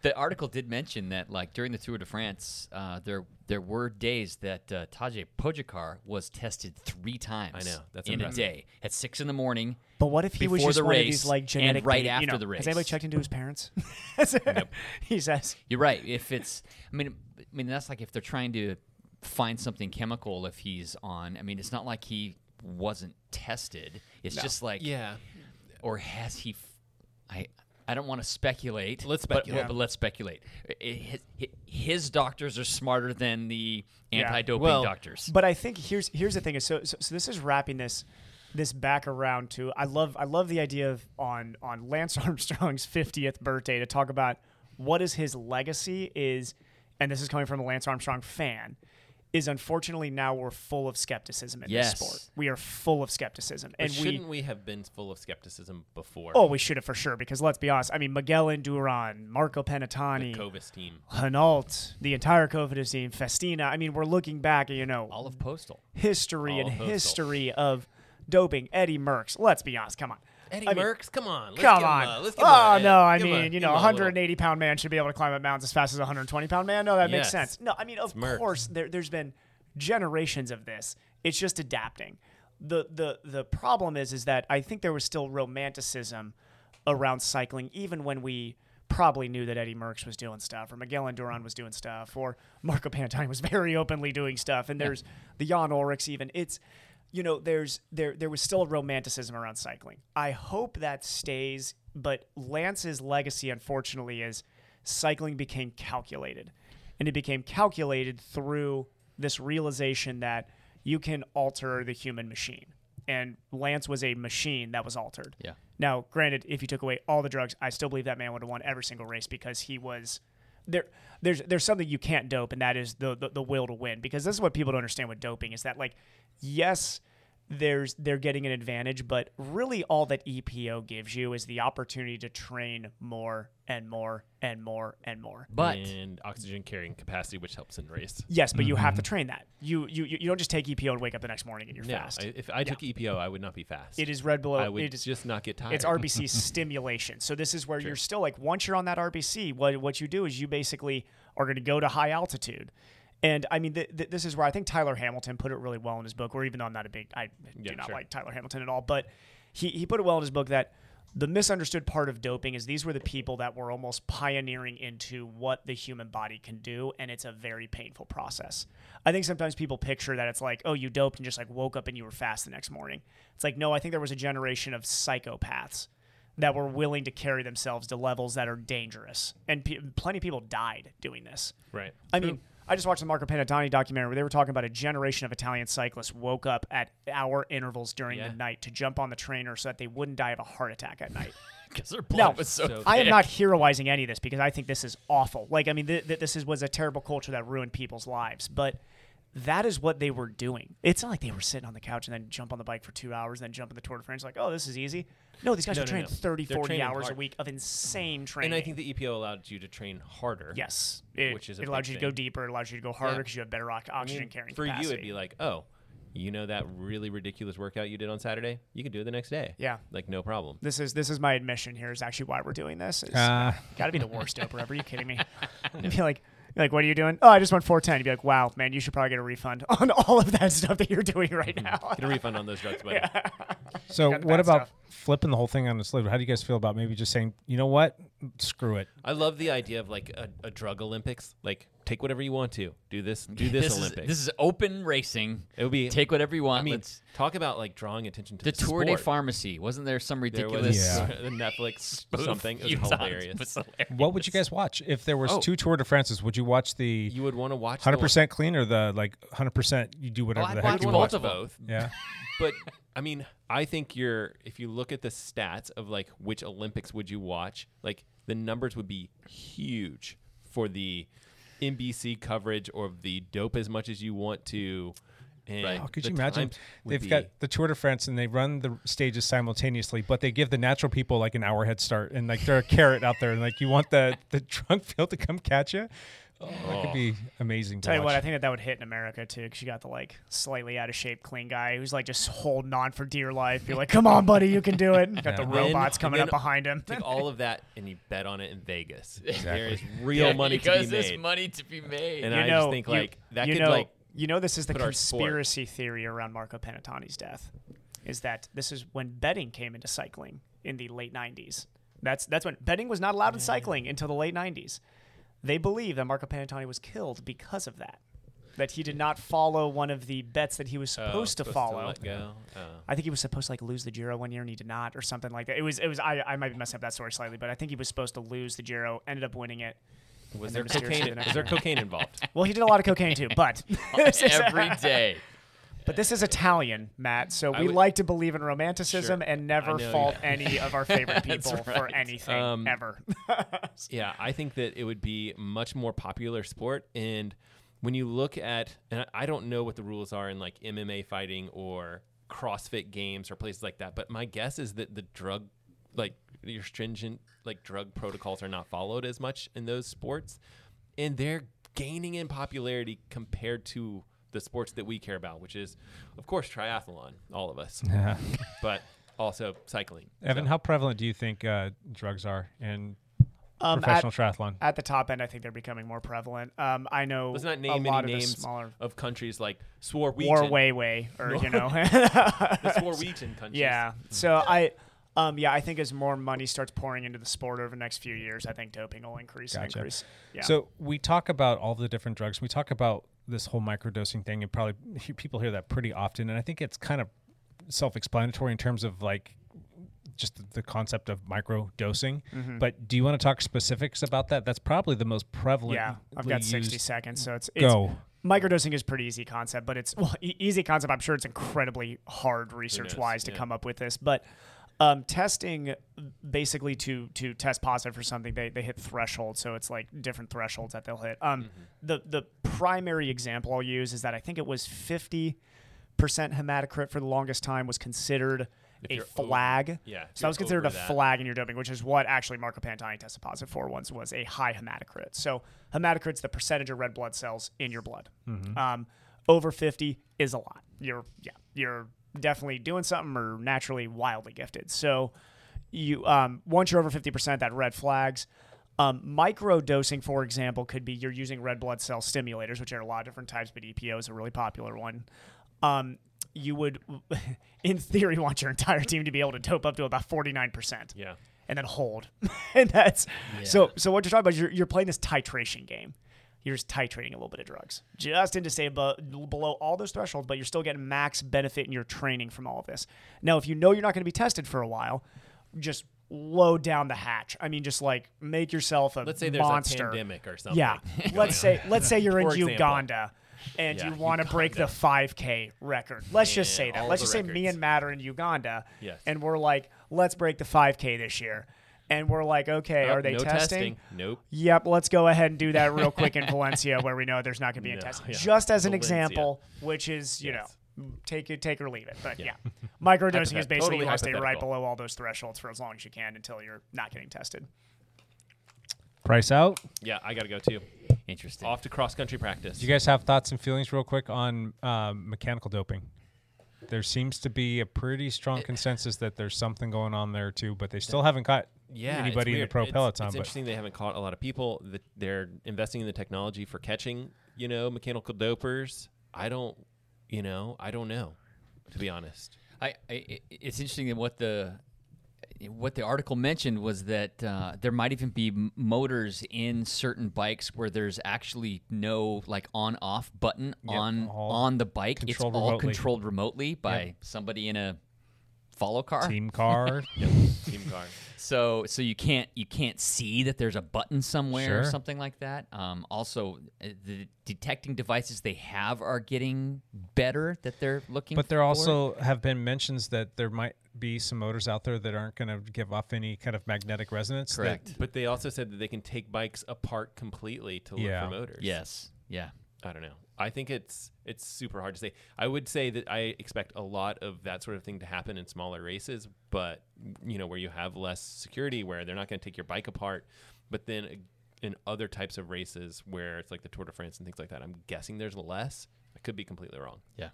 The article did mention that, like during the Tour de France, uh, there there were days that uh, Tajay Pojakar was tested three times.
I know. That's
in
impressive.
a day at six in the morning.
But what if he was
before
just
the
one
race
of these like genetic
and right
baby-
after
you know,
the race?
Has anybody checked into his parents? He says
You're right. If it's, I mean, I mean that's like if they're trying to find something chemical. If he's on, I mean, it's not like he wasn't tested. It's
No.
just like,
Yeah.
or has he? F- I I don't want to speculate.
Let's
but-
speculate.
But, let's speculate. I- His, his doctors are smarter than the
Yeah.
anti-doping doctors.
But I think here's here's the thing is so, so so this is wrapping this this back around to I love I love the idea of on on Lance Armstrong's 50th birthday to talk about what is his legacy is and this is coming from a Lance Armstrong fan is unfortunately now we're full of skepticism in
Yes.
this sport. We are full of skepticism,
And
and we
shouldn't we have been full of skepticism before?
Oh, we should have for sure because let's be honest. I mean, Miguel Indurain, Marco Penatani,
The Covis team.
Hinault, the entire Covis team, Festina. I mean, we're looking back at you know all
of Postal
history
All
and
of Postal.
history of doping. Eddie Merckx. Let's be honest. Come on.
Eddie
I mean,
Merckx, come on. Let's
come
give him
on.
a- let's give him
oh
a-
no, I
give him a-
mean, you
give
know,
him a little-
180 pound man should be able to climb up mountains as fast as a 120 pound man. No, that makes
Yes.
sense. No, I mean, of
It's Merckx.
course, there, there's been generations of this. It's just adapting. the the The problem is, is that I think there was still romanticism around cycling, even when we probably knew that Eddie Merckx was doing stuff, or Miguel Indurain was doing stuff, or Marco Pantani was very openly doing stuff. And there's the Jan Ulrichs even. It's you know, there's there there was still a romanticism around cycling. I hope that stays, but Lance's legacy, unfortunately, is cycling became calculated. And it became calculated through this realization that you can alter the human machine. And Lance was a machine that was altered.
Yeah.
Now, granted, if you took away all the drugs, I still believe that man would have won every single race because he was there. There's there's something you can't dope, and that is the, the the will to win. Because this is what people don't understand with doping is that like, yes, there's they're getting an advantage, but really all that EPO gives you is the opportunity to train more and more and more and more.
and oxygen carrying capacity, which helps in race.
yes, but you have to train that. You you you you don't just take EPO and wake up the next morning and you're
Mm-hmm. No,
fast.
I, if I took EPO, I would not be fast.
It is Red Bull.
I would
it is,
just not get tired.
It's RBC stimulation. So this is where you're still like once you're on that RBC, what what you do is you basically are going to go to high altitude. And I mean, th- th- this is where I think Tyler Hamilton put it really well in his book. Or even though I'm not a big, I do
Yeah,
not
sure.
like Tyler Hamilton at all, but he he put it well in his book that the misunderstood part of doping is these were the people that were almost pioneering into what the human body can do, and it's a very painful process. I think sometimes people picture that it's like, oh, you doped and just like woke up and you were fast the next morning. It's like, no, I think there was a generation of psychopaths that were willing to carry themselves to levels that are dangerous, and pe- plenty of people died doing this.
Right.
I mean, I just watched the Marco Pantani documentary where they were talking about a generation of Italian cyclists woke up at hour intervals during
Yeah.
the night to jump on the trainer so that they wouldn't die of a heart attack at night.
because their blood
No,
was so.
I am
thick.
not heroizing any of this because I think this is awful. Like, I mean, th- th- this is, was a terrible culture that ruined people's lives, but that is what they were doing. It's not like they were sitting on the couch and then jump on the bike for two hours, then jump in the Tour de France, like, oh, this is easy. No, these guys
No,
were
no,
training
no.
30,
They're
40
training
hours a
hard.
week of insane training.
And I think the EPO allowed you to train harder.
Yes, it,
which is a
it allows
big
you to
thing.
go deeper. It allows you to go harder because you have better ox-
I mean,
oxygen carrying
for
capacity.
you, it'd be like, oh, you know that really ridiculous workout you did on Saturday? You can do it the next day.
Yeah.
Like no problem.
this is this is my admission here is actually why we're doing this. Is
Ah.
got to be the worst doper ever. Are you kidding me? Be like. be Like, what are you doing? Oh, I just went 410. You'd be like, wow, man, you should probably get a refund on all of that stuff that you're doing right now.
Mm-hmm. Get a refund on those drugs, buddy.
So
Got the
what
bad
about
stuff.
flipping the whole thing on its lid? How do you guys feel about maybe just saying, you know what, screw it?
I love the idea of like a, a drug Olympics. Like take whatever you want to. Do this. Do this,
is-
Olympics.
this is open racing.
it would be.
Take whatever you want.
I mean,
Let's-
talk about like drawing attention to
the
the,
Tour de
sport.
Pharmacy wasn't there some
There was
ridiculous?
Yeah.
the Netflix
Both
something. It
few
was
times
hilarious.
was hilarious.
What would you guys watch if there was
Oh.
two Tour de France's? Would you watch the
You would want to watch the
hundred
one-
percent clean or the like hundred percent you do whatever
Oh, I'd
the heck
watch
you
both
want?
of them.
both.
Yeah.
but I mean, I think you're if you look at the stats of like which Olympics would you watch, like the numbers would be huge for the NBC coverage or the dope as much as you want to. And
Right.
Oh, could
the
you imagine?
times would
They've
be-
got the Tour de France and they run the stages simultaneously, but they give the natural people like an hour head start and like they're a carrot out there and like you want the the drunk field to come catch you. Oh, that could be amazing. To
Tell you
watch.
what, I think that that would hit in America too, because you got the like slightly out of shape clean guy who's like just holding on for dear life. You're like, come on, buddy, you can do it. Got the
And then-
robots
and
coming
then
up behind him.
Take all of that and you bet on it in Vegas. There is
Exactly.
real
Yeah,
money to be
because there's
made.
money to be made.
And
you
I
know,
just think
you-
like that
you
could
know,
like
you know, this is the
put our sport-
conspiracy theory around Marco Penatani's death, is that this is when betting came into cycling in the late '90s. That's that's when betting was not allowed in cycling until the late '90s. They believe that Marco Panatani was killed because of that, that he did not follow one of the bets that he was
oh,
supposed to follow.
let go. Oh.
I think he was supposed to like lose the Giro one year and he did not, or something like that. It was it was I, I might be messing up that story slightly, but I think he was supposed to lose the Giro, ended up winning it.
Was
and
there
then mysteriously
cocaine?
the next
was there
year.
cocaine involved?
Well, he did a lot of cocaine too, but this is-
Every day.
But this is Italian, Matt, so
I
we
would-
like to believe in romanticism
Sure.
and
I
never
know,
fault
yeah.
any of our favorite
That's
people for
right.
anything
Um,
ever.
Yeah, I think that it would be much more popular sport and when you look at, and I- I don't know what the rules are in like MMA fighting or CrossFit games or places like that, but my guess is that the drug, like your stringent like drug protocols are not followed as much in those sports, and they're gaining in popularity compared to the sports that we care about, which is, of course, triathlon, all of us,
Yeah.
but also cycling.
Evan, how prevalent do you think uh, drugs are in
Um,
professional
at,
triathlon?
At the top end, I think they're becoming more prevalent. Um, I know
Let's not
a
name
lot
any
of the
names
smaller
of countries like Swarwegian.
War way way or you know
the Swarwegian countries.
Yeah. So I um yeah, I think as more money starts pouring into the sport over the next few years, I think doping will increase and
Gotcha.
increase. Yeah.
So we talk about all the different drugs. We talk about this whole microdosing thing, and probably people hear that pretty often. And I think it's kind of self-explanatory in terms of like just the concept of microdosing.
Mhm.
But do you want to talk specifics about that? That's probably the most prevalent.
yeah, I've got 60
used-
seconds, so it's, it's
go.
microdosing is pretty easy concept, but it's well, e- easy concept. I'm sure it's incredibly hard research wise to
yeah.
come up with this, but um, testing basically to to test positive for something, they, they hit thresholds, so it's like different thresholds that they'll hit. Um, the the primary example I'll use is that I think it was 50 percent hematocrit for the longest time was considered. a
you're over-
flag.
yeah, if
So that
you're
was considered a
over that.
flag in your doping, which is what actually Marco Pantani tested positive for once was a high hematocrit. So hematocrit's the percentage of red blood cells in your blood.
Mhm.
Um, over 50 is a lot. You're yeah, you're definitely doing something or naturally wildly gifted. So you um, once you're over 50%, that red flags. Um, micro dosing, for example, could be you're using red blood cell stimulators, which are a lot of different types, but EPO is a really popular one. Um, you would, in theory, want your entire team to be able to dope up to about 49%.
Yeah.
And then hold. and that's
Yeah.
so, so what you're talking about is you're, you're playing this titration game. You're just titrating a little bit of drugs just into stay abo- below all those thresholds, but you're still getting max benefit in your training from all of this. Now, if you know you're not going to be tested for a while, just low down the hatch. I mean, just like make yourself a
Let's say there's a
monster.
pandemic or
Yeah.
something
let's
going
say
on.
let's say you're in
For example.
Uganda and
Yeah,
you want to break the 5K record. Let's just say that.
all
Let's
the
just say me and Matt are in Uganda,
Yes.
and we're like, let's break the 5K this year. And we're like, okay,
Nope,
are they
Uh, Oh, no testing.
testing?
Nope.
Yep, let's go ahead and do that real quick in Valencia, where we know there's not going to be a
No,
test.
yeah.
Just as an
Valencia.
example, which is you know, take it, take or leave it. But yeah, microdosing is
Hypothet-
basically
totally
you want to stay right
hypothetical.
below all those thresholds for as long as you can until you're not getting tested.
Price out.
Yeah, I gotta go too.
Interesting.
Off to cross country practice.
Do you guys have thoughts and feelings, real quick, on um, mechanical doping? There seems to be a pretty
Eh.
strong consensus that there's something going on there too, but they still haven't caught
yeah, it's
anybody in the
weird.
pro
it's,
peloton.
It's
but
interesting they haven't caught a lot of people. That they're investing in the technology for catching, you know, mechanical dopers. I don't, you know, I don't know, to be honest.
I, I i- it's interesting that what the what the article mentioned was that uh, there might even be m- motors in certain bikes where there's actually no like on off button
Yep,
on
all
on the bike. It's all
controlled remotely.
controlled remotely by
Yep.
somebody in a follow car,
Team car.
Yep,
team car.
So so you can't you can't see that there's a button somewhere or
Sure.
something like that. Um, also, uh, the detecting devices they have are getting better that they're looking.
But there
for.
also have been mentions that there might be some motors out there that aren't going to give off any kind of magnetic resonance. that-
but they also said that they can take bikes apart completely to look
Yeah.
for motors.
Yes. Yeah.
I don't know. I think it's it's super hard to say. I would say that I expect a lot of that sort of thing to happen in smaller races, but you know where you have less security, where they're not going to take your bike apart. But then ag- in other types of races where it's like the Tour de France and things like that, I'm guessing there's less. I could be completely wrong.
Yeah.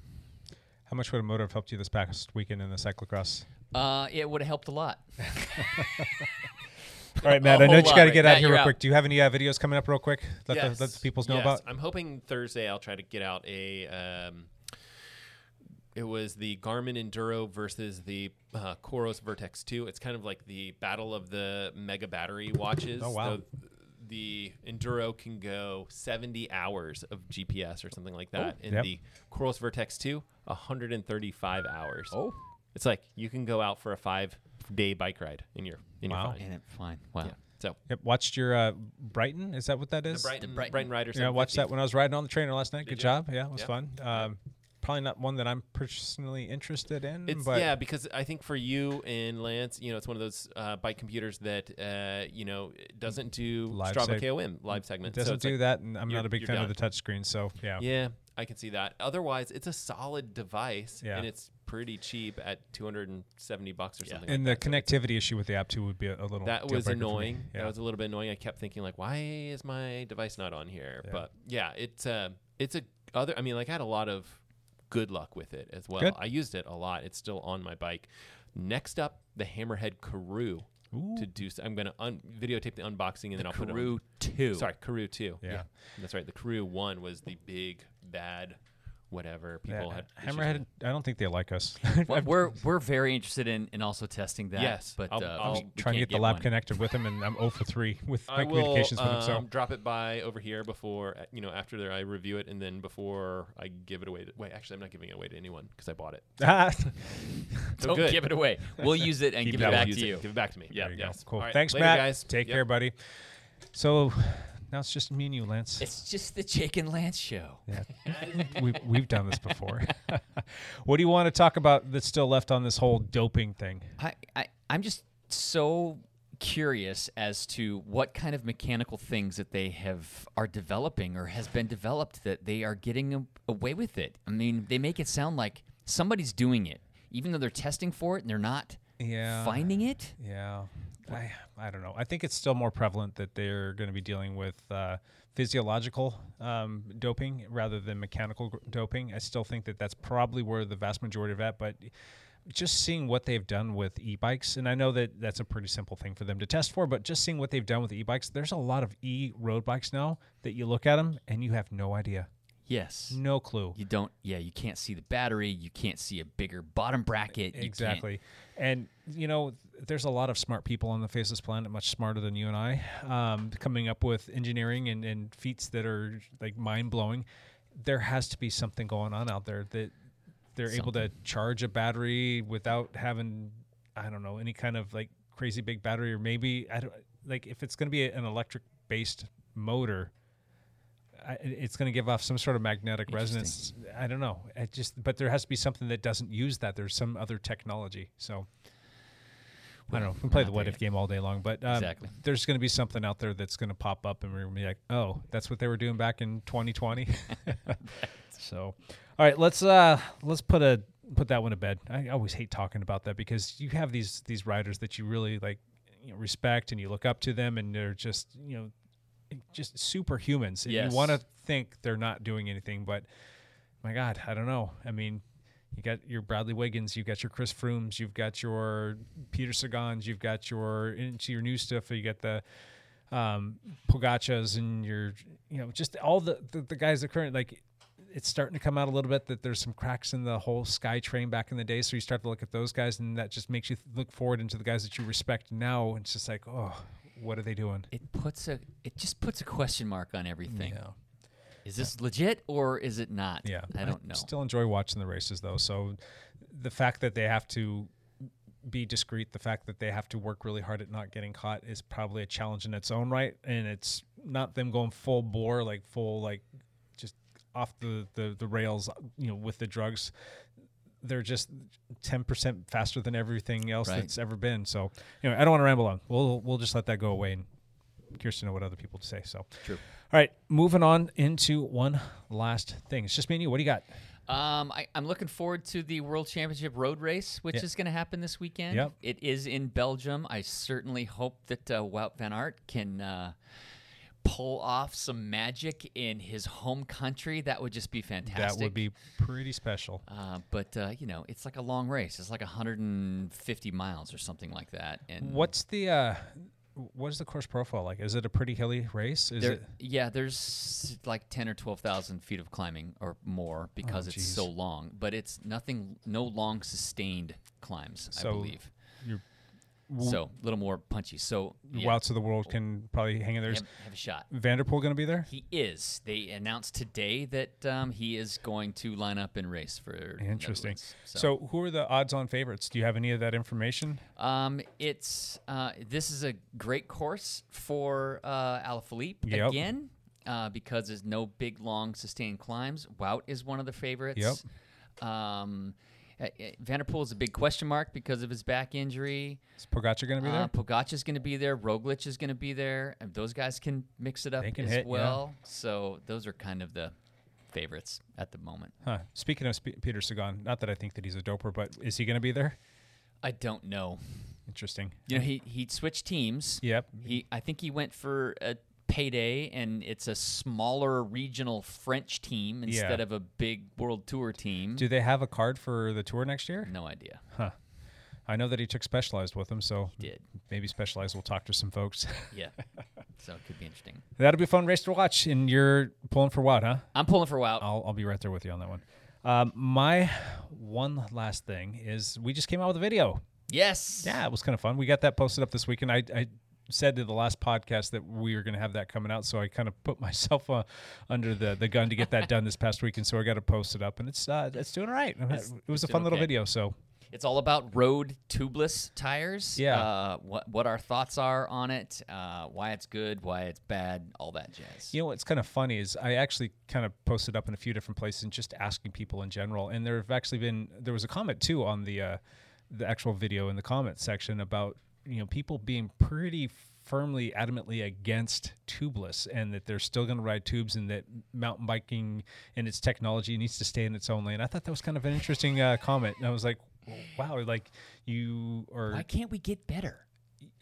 how much would a motor have helped you this past weekend in the cyclocross?
Uh, it would have helped a lot.
All right, Matt.
A
I know
whole
you
lot,
got to
right?
get out
Matt,
here
you're
real quick. Do you have any uh, videos coming up real quick? Let, the, let the peoples know
Yes.
about.
I'm hoping Thursday I'll try to get out a. Um, it was the Garmin Enduro versus the uh, Coros Vertex 2. It's kind of like the battle of the mega battery watches.
Oh, wow.
So the Enduro can go 70 hours of GPS or something like that.
Oh.
and
Yep.
the Coros Vertex 2, 135 hours.
Oh.
It's like you can go out for a five day bike ride and you're, and
Wow.
you're fine.
And it fine. Wow.
Yeah. So
Yep, watched your uh, Brighton. Is that what that is?
Brighton- The Brighton- Brighton Rider
Yeah, I watched
750.
that when I was riding on the trainer last night.
Did
Good
you?
job. Yeah, it was
Yeah.
fun. Um, probably not one that I'm personally interested in.
It's
but
yeah, because I think for you and Lance, you know, it's one of those uh, bike computers that uh, you know it doesn't do
live
Strava
seg-
KOM live segment.
doesn't do that, and I'm not a big fan of the
touch.
touchscreen. So yeah,
Yeah, I can see that. Otherwise, it's a solid device,
Yeah.
and it's pretty cheap at 270 bucks or something.
and the
like that.
connectivity issue with the app too would be a, a little.
That
deal
was
breaker for me.
annoying.
Yeah.
That was a little bit annoying. I kept thinking like, why is my device not on here? But yeah, it's uh, it's a other. I mean, like I had a lot of good luck with it as well.
Good.
I used it a lot. It's still on my bike. Next up, the Hammerhead Karoo. To do, s- I'm gonna un- videotape the unboxing and then I'll put it.
Karoo
on-
2.
Sorry, Karoo two.
Yeah.
that's right. The Karoo one was the big bad, whatever people
Yeah,
had. issues with.
Hammerhead. I don't think they like us.
Well, we're we're very interested in, in also testing that.
Yes,
but
I'll-
uh,
I'll-
we-
I'm
we
trying to
can't
get the lab
one.
connected with him, and I'm 0 for 3 with my
I will
communications with him. So
um, drop it by over here before uh, you know after that I review it and then before I give it away. To, wait, actually, I'm not giving it away to anyone because I bought it.
Ah.
So
Don't
Oh, good.
give it away. We'll use it and
Keep
give
it
it
up.
back
Use
to
it.
you.
Give it back to me. Yeah,
There you go.
yes.
Cool.
All right,
Thanks,
later,
Matt.
Guys,
Take
Yep.
care, buddy. So now it's just me and you, Lance.
It's just the Jake and Lance show.
Yeah. we've, we've done this before. what do you want to talk about that's still left on this whole doping thing?
I, I I'm just so curious as to what kind of mechanical things that they have are developing or has been developed that they are getting a- away with it. I mean, they make it sound like somebody's doing it, even though they're testing for it and they're not
Yeah.
finding it.
Yeah. I, I don't know. I think it's still more prevalent that they're going to be dealing with uh, physiological um, doping rather than mechanical gr- doping. I still think that that's probably where the vast majority of that, but just seeing what they've done with e-bikes and I know that that's a pretty simple thing for them to test for but just seeing what they've done with e-bikes there's a lot of e-road bikes now that you look at them and you have no idea
Yes.
no clue
You don't. Yeah, you can't see the battery. You can't see a bigger bottom bracket. you can't-
Exactly. And, you know, there's a lot of smart people on the face of this planet, much smarter than you and I, um, coming up with engineering and, and feats that are like mind blowing. There has to be something going on out there that they're able to charge a battery without having, I don't know, any kind of like crazy big battery or maybe, I don't like if it's going to be an electric based motor. I, it's going to give off some sort of magnetic resonance. I don't know. It just, but there has to be something that doesn't use that. There's some other technology. So I don't know. We can play the what if game all day long, but um,
Exactly.
there's going to be something out there that's going to pop up, and we're going to be like, oh, that's what they were doing back in 2020. So, all right, let's uh, let's put a put that one to bed. I always hate talking about that because you have these these riders that you really like, you know, respect, and you look up to them, and they're just you know just superhumans. And
Yes.
You want to think they're not doing anything, but my God, I don't know. I mean, you got your Bradley Wiggins, you've got your Chris Frooms, you've got your Peter Sagans, you've got your into your new stuff, you got the um, Pogachas and your you know just all the, the the guys that current like it's starting to come out a little bit that there's some cracks in the whole sky train back in the day. So you start to look at those guys, and that just makes you th- look forward into the guys that you respect now. And it's just like, oh, what are they doing?
It puts a. It just puts a question mark on everything.
Yeah.
Is this legit or is it not?
Yeah,
I don't know.
Still enjoy watching the races though. So the fact that they have to be discreet, the fact that they have to work really hard at not getting caught is probably a challenge in its own right. And it's not them going full bore, like full like just off the the, the rails, you know, with the drugs. They're just ten percent faster than everything else
Right.
that's ever been. So anyway, I don't want to ramble on. We'll we'll just let that go away and curious to know what other people say. So true. All right, moving on into one last thing. It's just me and you. What do you got?
Um, I, I'm looking forward to the World Championship Road Race, which
Yeah.
is going to happen this weekend.
Yep.
It is in Belgium. I certainly hope that uh, Wout van Aert can uh, pull off some magic in his home country. That would just be fantastic.
That would be pretty special.
Uh, but uh, you know, it's like a long race. It's like 150 miles or something like that. And
What's the uh, what is the course profile like? Is it a pretty hilly race? Is
There-
it
yeah, there's like ten or twelve thousand feet of climbing or more because
Oh,
it's so
geez.
long. But it's nothing, no long sustained climbs, I
So
believe.
you're-
so a little more punchy. So
the
yeah,
Wouts of the world can probably hang in there? Is
have, have a shot.
Vanderpool going to be there?
He is. They announced today that um, he is going to line up and race for.
Interesting.
Netherlands.
So. who are the odds-on favorites? Do you have any of that information?
Um, it's uh, this is a great course for uh, Alaphilippe
Yep.
again uh, because there's no big, long, sustained climbs. Wout is one of the favorites.
Yep.
Um, uh, uh, Vanderpool is a big question mark because of his back injury.
Is Pogacar going to be there?
Uh, Pogacar is going to be there. Roglic is going to be there. And those guys can mix it up
They can
as
hit, yeah.
well. So those are kind of the favorites at the moment.
Huh. Speaking of Sp- Peter Sagan, not that I think that he's a doper, but is he going to be there?
I don't know.
Interesting.
You know, he he switched teams.
Yep.
He I think he went for a payday, and it's a smaller regional French team
Yeah.
instead of a big World Tour team.
Do they have a card for the tour next year?
No idea.
Huh. I know that he took Specialized with him, so
Mm-hmm. He did.
maybe Specialized will talk to some folks.
Yeah. so it could be interesting.
That'll be a fun race to watch. And you're pulling for Wout, huh?
I'm pulling for Wout.
I'll, I'll be right there with you on that one. Um, my one last thing is we just came out with a video.
Yes.
Yeah, it was kind of fun. We got that posted up this weekend. I, I said to the last podcast that we were going to have that coming out, so I kind of put myself uh, under the, the gun to get that done this past weekend. So I got to post it up, and it's uh, it's doing all right.
It's-
it was
it's
a
doing
fun little
okay.
video. So
It's all about road tubeless tires.
Yeah.
Uh, what what our thoughts are on it, uh, why it's good, why it's bad, all that jazz.
You know what's kind of funny is I actually kind of posted up in a few different places and just asking people in general, and there have actually been there was a comment too on the uh, the actual video in the comment section about you know people being pretty firmly adamantly against tubeless and that they're still going to ride tubes and that mountain biking and its technology needs to stay in its own lane. I thought that was kind of an interesting uh, comment, and I was like, wow, like you are.
Why can't we get better?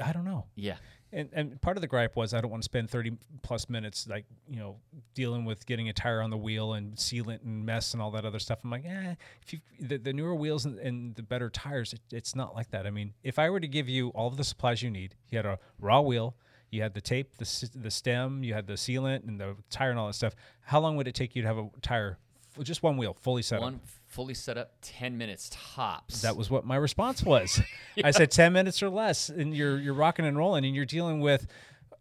I don't know.
Yeah.
And, and part of the gripe was I don't want to spend 30 plus minutes like, you know, dealing with getting a tire on the wheel and sealant and mess and all that other stuff. I'm like, eh, if you the, the newer wheels and, and the better tires, it, it's not like that. I mean, if I were to give you all of the supplies you need, you had a raw wheel, you had the tape, the, s- the stem, you had the sealant and the tire and all that stuff. How long would it take you to have a tire, f- just one wheel, fully set up?
One fully set up, 10 minutes tops.
That was what my response was. I said ten minutes or less, and you're you're rocking and rolling, and you're dealing with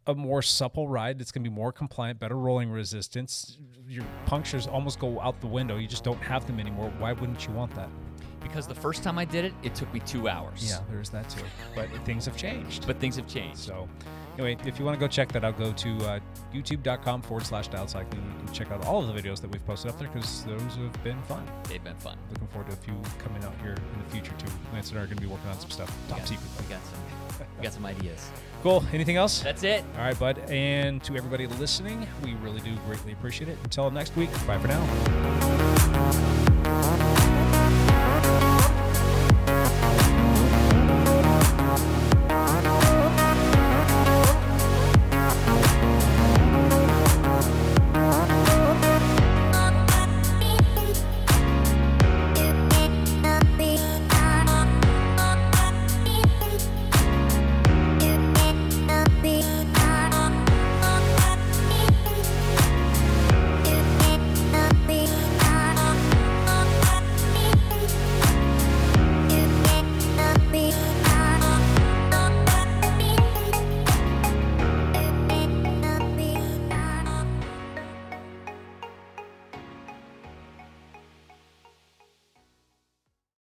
a more supple ride that's going to be more compliant, better rolling resistance. Your punctures almost go out the window. You just don't have them anymore. Why wouldn't you want that?
because the first time I did it, it took me two hours.
Yeah, there's that too. But things have changed.
But things have changed.
So, anyway, if you want to go check that out, go to uh, youtube.com forward slash dialed cycling and check out all of the videos that we've posted up there because those have been fun.
They've been fun.
Looking forward to a few coming out here in the future too. Lance and I are going to be working on some stuff. Top
we got,
secret.
we got some, we got some ideas.
Cool. Anything else?
That's it.
All right, bud. And to everybody listening, we really do greatly appreciate it. Until next week, bye for now.